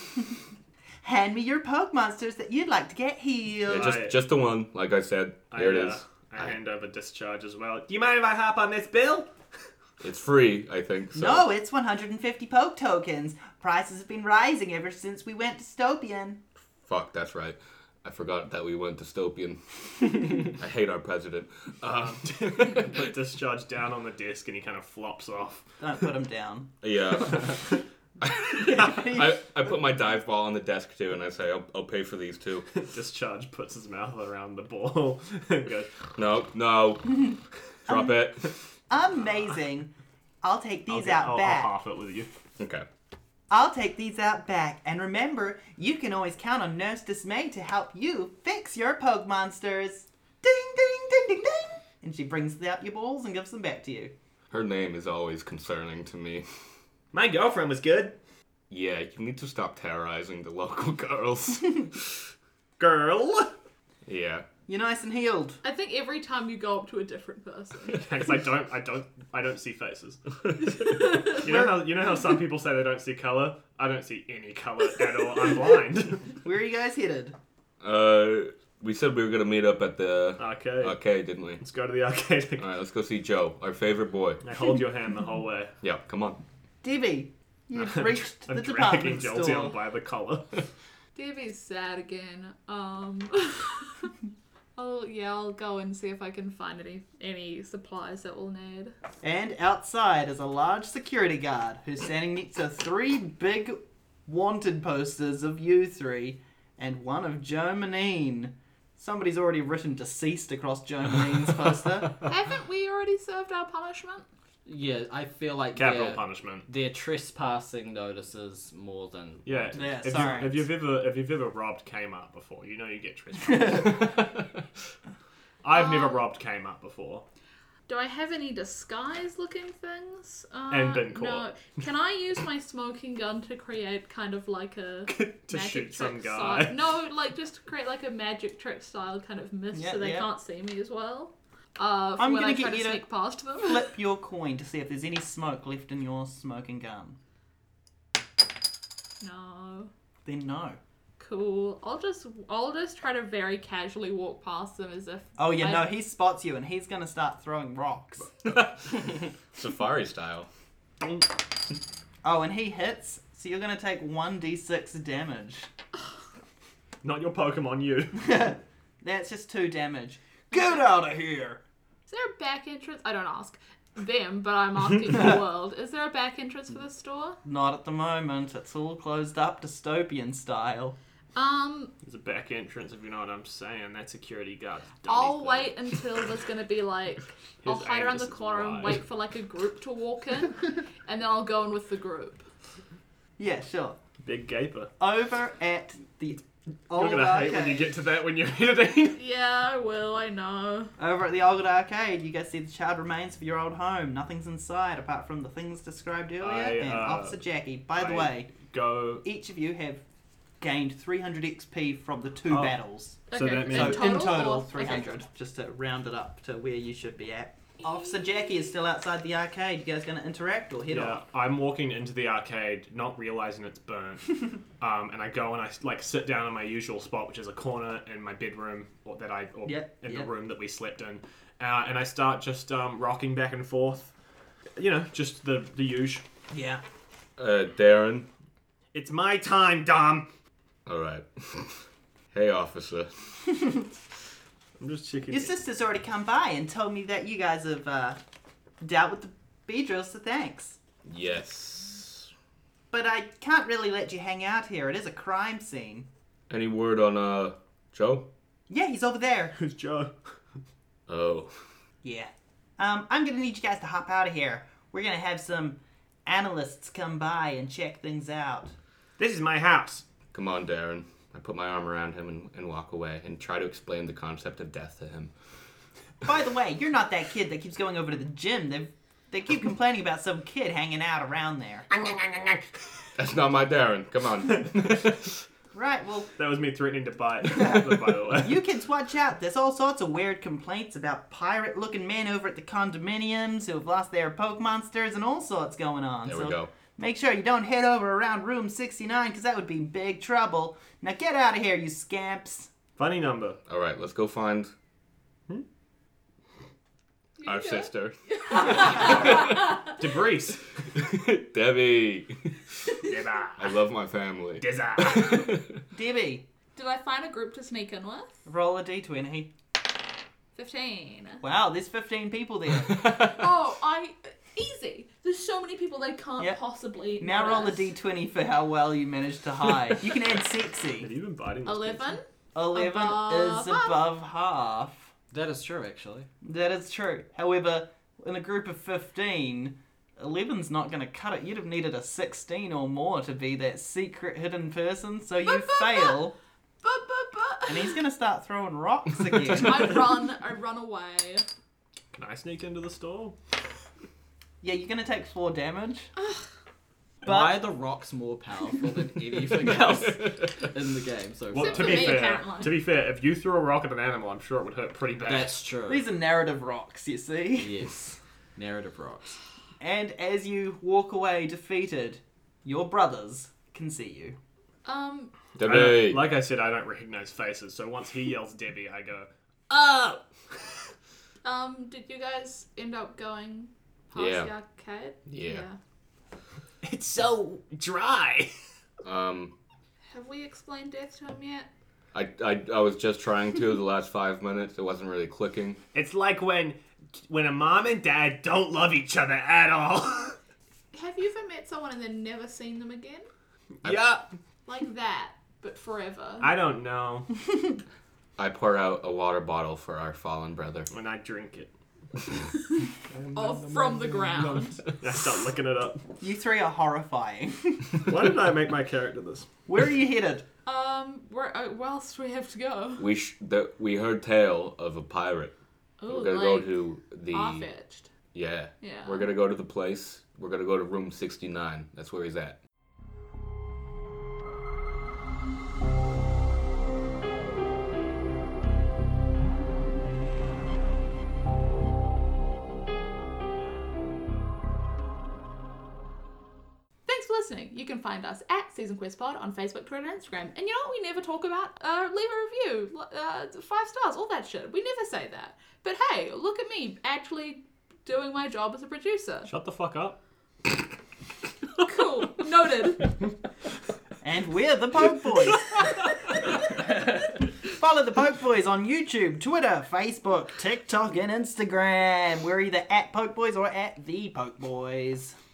E: Hand me your Poke monsters that you'd like to get
A: Yeah,
E: healed.
A: just
B: I-
A: just the one. Like I said, here
B: I,
A: it
B: uh,
A: is.
B: I hand over discharge as well. Do you mind if I hop on this bill?
A: It's free, I think. So.
E: No, it's 150 Poke tokens. Prices have been rising ever since we went dystopian.
A: Fuck, that's right. I forgot that we went dystopian. I hate our president. Uh,
B: Put discharge down on the desk and he kind of flops off.
E: Don't put them down.
A: yeah. I, I put my dive ball on the desk too, and I say, I'll, I'll pay for these too.
B: Discharge puts his mouth around the ball and goes,
A: No, no. Drop it.
E: Amazing. I'll take
B: I'll,
E: these
B: get-
E: out
B: I'll, I'll
E: back.
B: half it with you.
A: Okay.
E: I'll take these out back. And remember, you can always count on Nurse Dismay to help you fix your Poke monsters. Ding, ding, ding, ding, ding. And she brings out your balls and gives them back to you.
A: Her name is always concerning to me.
B: My girlfriend was good.
A: Yeah, you need to stop terrorizing the local girls.
B: Girl.
A: yeah.
E: You're nice and healed.
C: I think every time you go up to a different person.
B: Because I don't, I don't, I don't see faces. you know how you know how some people say they don't see color. I don't see any color at all. I'm blind.
E: Where are you guys headed?
A: Uh, we said we were gonna meet up at the
B: Okay.
A: arcade, didn't we?
B: Let's go to the arcade.
A: All right, let's go see Joe, our favorite boy.
B: I hold your hand the whole way.
A: Yeah, come on.
E: Debbie, you've
B: I'm
E: reached
B: I'm
E: the
B: dragging
E: department
B: Jolteon
E: store.
B: by the collar.
C: Davey's sad again. Um. Oh yeah, I'll go and see if I can find any any supplies that we'll need.
E: And outside is a large security guard who's standing next to three big wanted posters of you three and one of Joe Manine. Somebody's already written deceased across Joe Manine's poster.
C: Haven't we already served our punishment?
F: Yeah, I feel like
B: Capital
F: they're,
B: punishment.
F: they're trespassing notices more than
B: Yeah.
E: Yeah,
B: if, you,
E: sorry.
B: if you've ever if you've ever robbed Kmart before, you know you get trespassed. I've
E: Um,
B: never robbed Kmart before.
C: Do I have any disguise-looking things? Uh,
B: And been
C: No.
B: caught.
C: Can I use my smoking gun to create kind of like a
B: to
C: magic
B: shoot some
C: trick
B: guy.
E: Oh,
C: Style. No, like just to create like a magic trick style kind of mist
E: Yeah,
C: so they
E: yeah.
C: can't see me as well. Uh, for
E: I'm
C: when
E: gonna
C: I try
E: get you
C: to
E: to-
C: sneak past them.
E: Flip your coin to see if there's any smoke left in your smoking gun.
C: No.
E: Then no.
C: Cool. I'll just I'll just try to very casually walk past them as if
E: Oh yeah,
C: I-
E: no. He spots you and he's gonna start throwing rocks.
A: Safari style.
E: Oh, and he hits, so you're gonna take one d6 damage.
B: Not your Pokemon, you.
E: That's just two damage. Get out of here.
C: Is there a back entrance? I don't ask them, but I'm asking the world. Is there a back entrance for the store?
E: Not at the moment. It's all closed up, dystopian style.
C: Um,
B: There's a back entrance, if you know what I'm saying. That security guard.
C: I'll wait until there's gonna be like I'll
B: His
C: hide around
B: anus
C: the
B: is
C: corner and
B: wide.
C: wait for like a group to walk in, and then I'll go in with the group.
E: Yeah, sure.
B: Big gaper.
E: Over at the old
B: You're gonna hate
E: arcade.
B: when you get to that when you're editing.
C: Yeah, I will. I know.
E: Over at the old arcade, you guys see the charred remains of your old home. Nothing's inside apart from the things described earlier.
B: I,
E: and
B: uh,
E: Officer Jackie. By the
B: I-
E: way,
B: Go.
E: each of you have gained 300 XP from the two
B: Oh.
E: battles.
C: Okay.
B: So that means-
E: So
C: in total,
E: in total,
C: or-
E: 300.
C: okay.
E: Just to round it up to where you should be at. Officer Jackie is still outside the arcade. You guys gonna interact or head
B: Yeah,
E: off?
B: I'm walking into the arcade, not realizing it's burnt. um, and I go and I like sit down in my usual spot, which is a corner in my bedroom, or that I or
E: Yeah,
B: in
E: yeah.
B: the room that we slept in. Uh, and I start just um, rocking back and forth. You know, just the the usual.
E: Yeah.
A: Uh, Darren.
B: It's my time, Dom.
A: All right. hey, officer.
B: I'm just checking.
E: Your sister's already come by and told me that you guys have uh, dealt with the Beedrills, so thanks.
A: Yes.
E: But I can't really let you hang out here. It is a crime scene.
A: Any word on uh Joe?
E: Yeah, he's over there.
B: Who's Joe?
A: Oh.
E: Yeah. Um, I'm gonna need you guys to hop out of here. We're gonna have some analysts come by and check things out.
B: This is my house.
A: Come on, Darren. I put my arm around him and, and walk away and try to explain the concept of death to him.
E: By the way, you're not that kid that keeps going over to the gym. They they keep complaining about some kid hanging out around there.
A: That's not my Darren. Come on.
E: Right. Well,
B: That was me threatening to bite. by the way.
E: you kids watch out. There's all sorts of weird complaints about pirate-looking men over at the condominiums who have lost their Pokemonsters and all sorts going on.
A: there we
E: So
A: go.
E: Make sure you don't head over around room 69 because that would be big trouble. Now get out of here, you scamps.
B: Funny number.
A: All right, let's go find our
C: Okay.
A: sister,
B: Debris.
A: Debbie.
B: Deba.
A: I love my family.
B: Dizza.
E: Debbie,
C: Did I find a group to sneak in with?
E: roll a d20.
C: Fifteen.
E: Wow, there's 15 people there.
C: oh, I easy. There's so many people they can't
E: Yep.
C: possibly.
E: now roll a
C: notice.
E: d20 for how well you managed to hide. You can add
B: Have
E: sexy.
B: you been biting? this
C: Eleven.
B: pizza?
E: 11
C: Above
E: is
C: half.
E: above half.
F: That is true, actually.
E: That is true. However, in a group of 15, 11's not going to cut it. You'd have needed a 16 or more to be that secret hidden person, so you fail.
C: Buh, buh, buh.
E: And he's going to start throwing rocks again.
C: I run. I run away.
B: Can I sneak into the store?
E: Yeah, you're gonna take four damage.
F: Why
E: but
F: are the rocks more powerful than anything else in the game so
B: Well,
F: far?
C: Except
B: to be
C: for me,
B: fair,
C: apparently.
B: to be fair, if you threw a rock at an animal, I'm sure it would hurt pretty bad.
F: That's true.
E: these are narrative rocks, you see.
F: Yes. Narrative rocks.
E: And as you walk away defeated, your brothers can see you.
C: Um.
B: I don't-
A: Debbie.
B: like I said, I don't recognize faces, so once he yells Debbie, I go,
G: Oh!
C: Um. Did you guys end up going past
A: Yeah.
C: the arcade?
A: Yeah.
B: "It's so dry."
A: Um,
C: Have we explained death to him yet?
A: I, I, I was just trying to the last five minutes. It wasn't really clicking.
B: It's like when when a mom and dad don't love each other at all.
C: Have you ever met someone and then never seen them again?
B: yeah,
C: Like that, but forever.
B: I don't know
A: I pour out a water bottle for our fallen brother.
B: when I drink it.
C: Of from the ground.
B: I start looking it up.
E: You three are horrifying.
B: Why did I make my character this?
E: Where are you headed?
C: Um. Where? Uh, where else do we have to go?
A: We sh- that we heard tale of a pirate.
C: Oh,
A: We're gonna go to the
C: far-fetched.
A: yeah.
C: Yeah.
A: We're gonna go to the place. We're gonna go to room sixty nine. That's where he's at.
C: Thanks for listening. listening. You can find us at Season Quest Pod on Facebook, Twitter, and Instagram. And you know what we never talk about? Uh, leave a review, l- uh, five stars, all that shit. We never say that. But hey, look at me actually doing my job as a producer.
B: Shut the fuck up.
C: Cool. Noted.
E: And we're the Poke Boys. Follow the Poke Boys on YouTube, Twitter, Facebook, TikTok, and Instagram. We're either at Poke Boys or at the Poke Boys.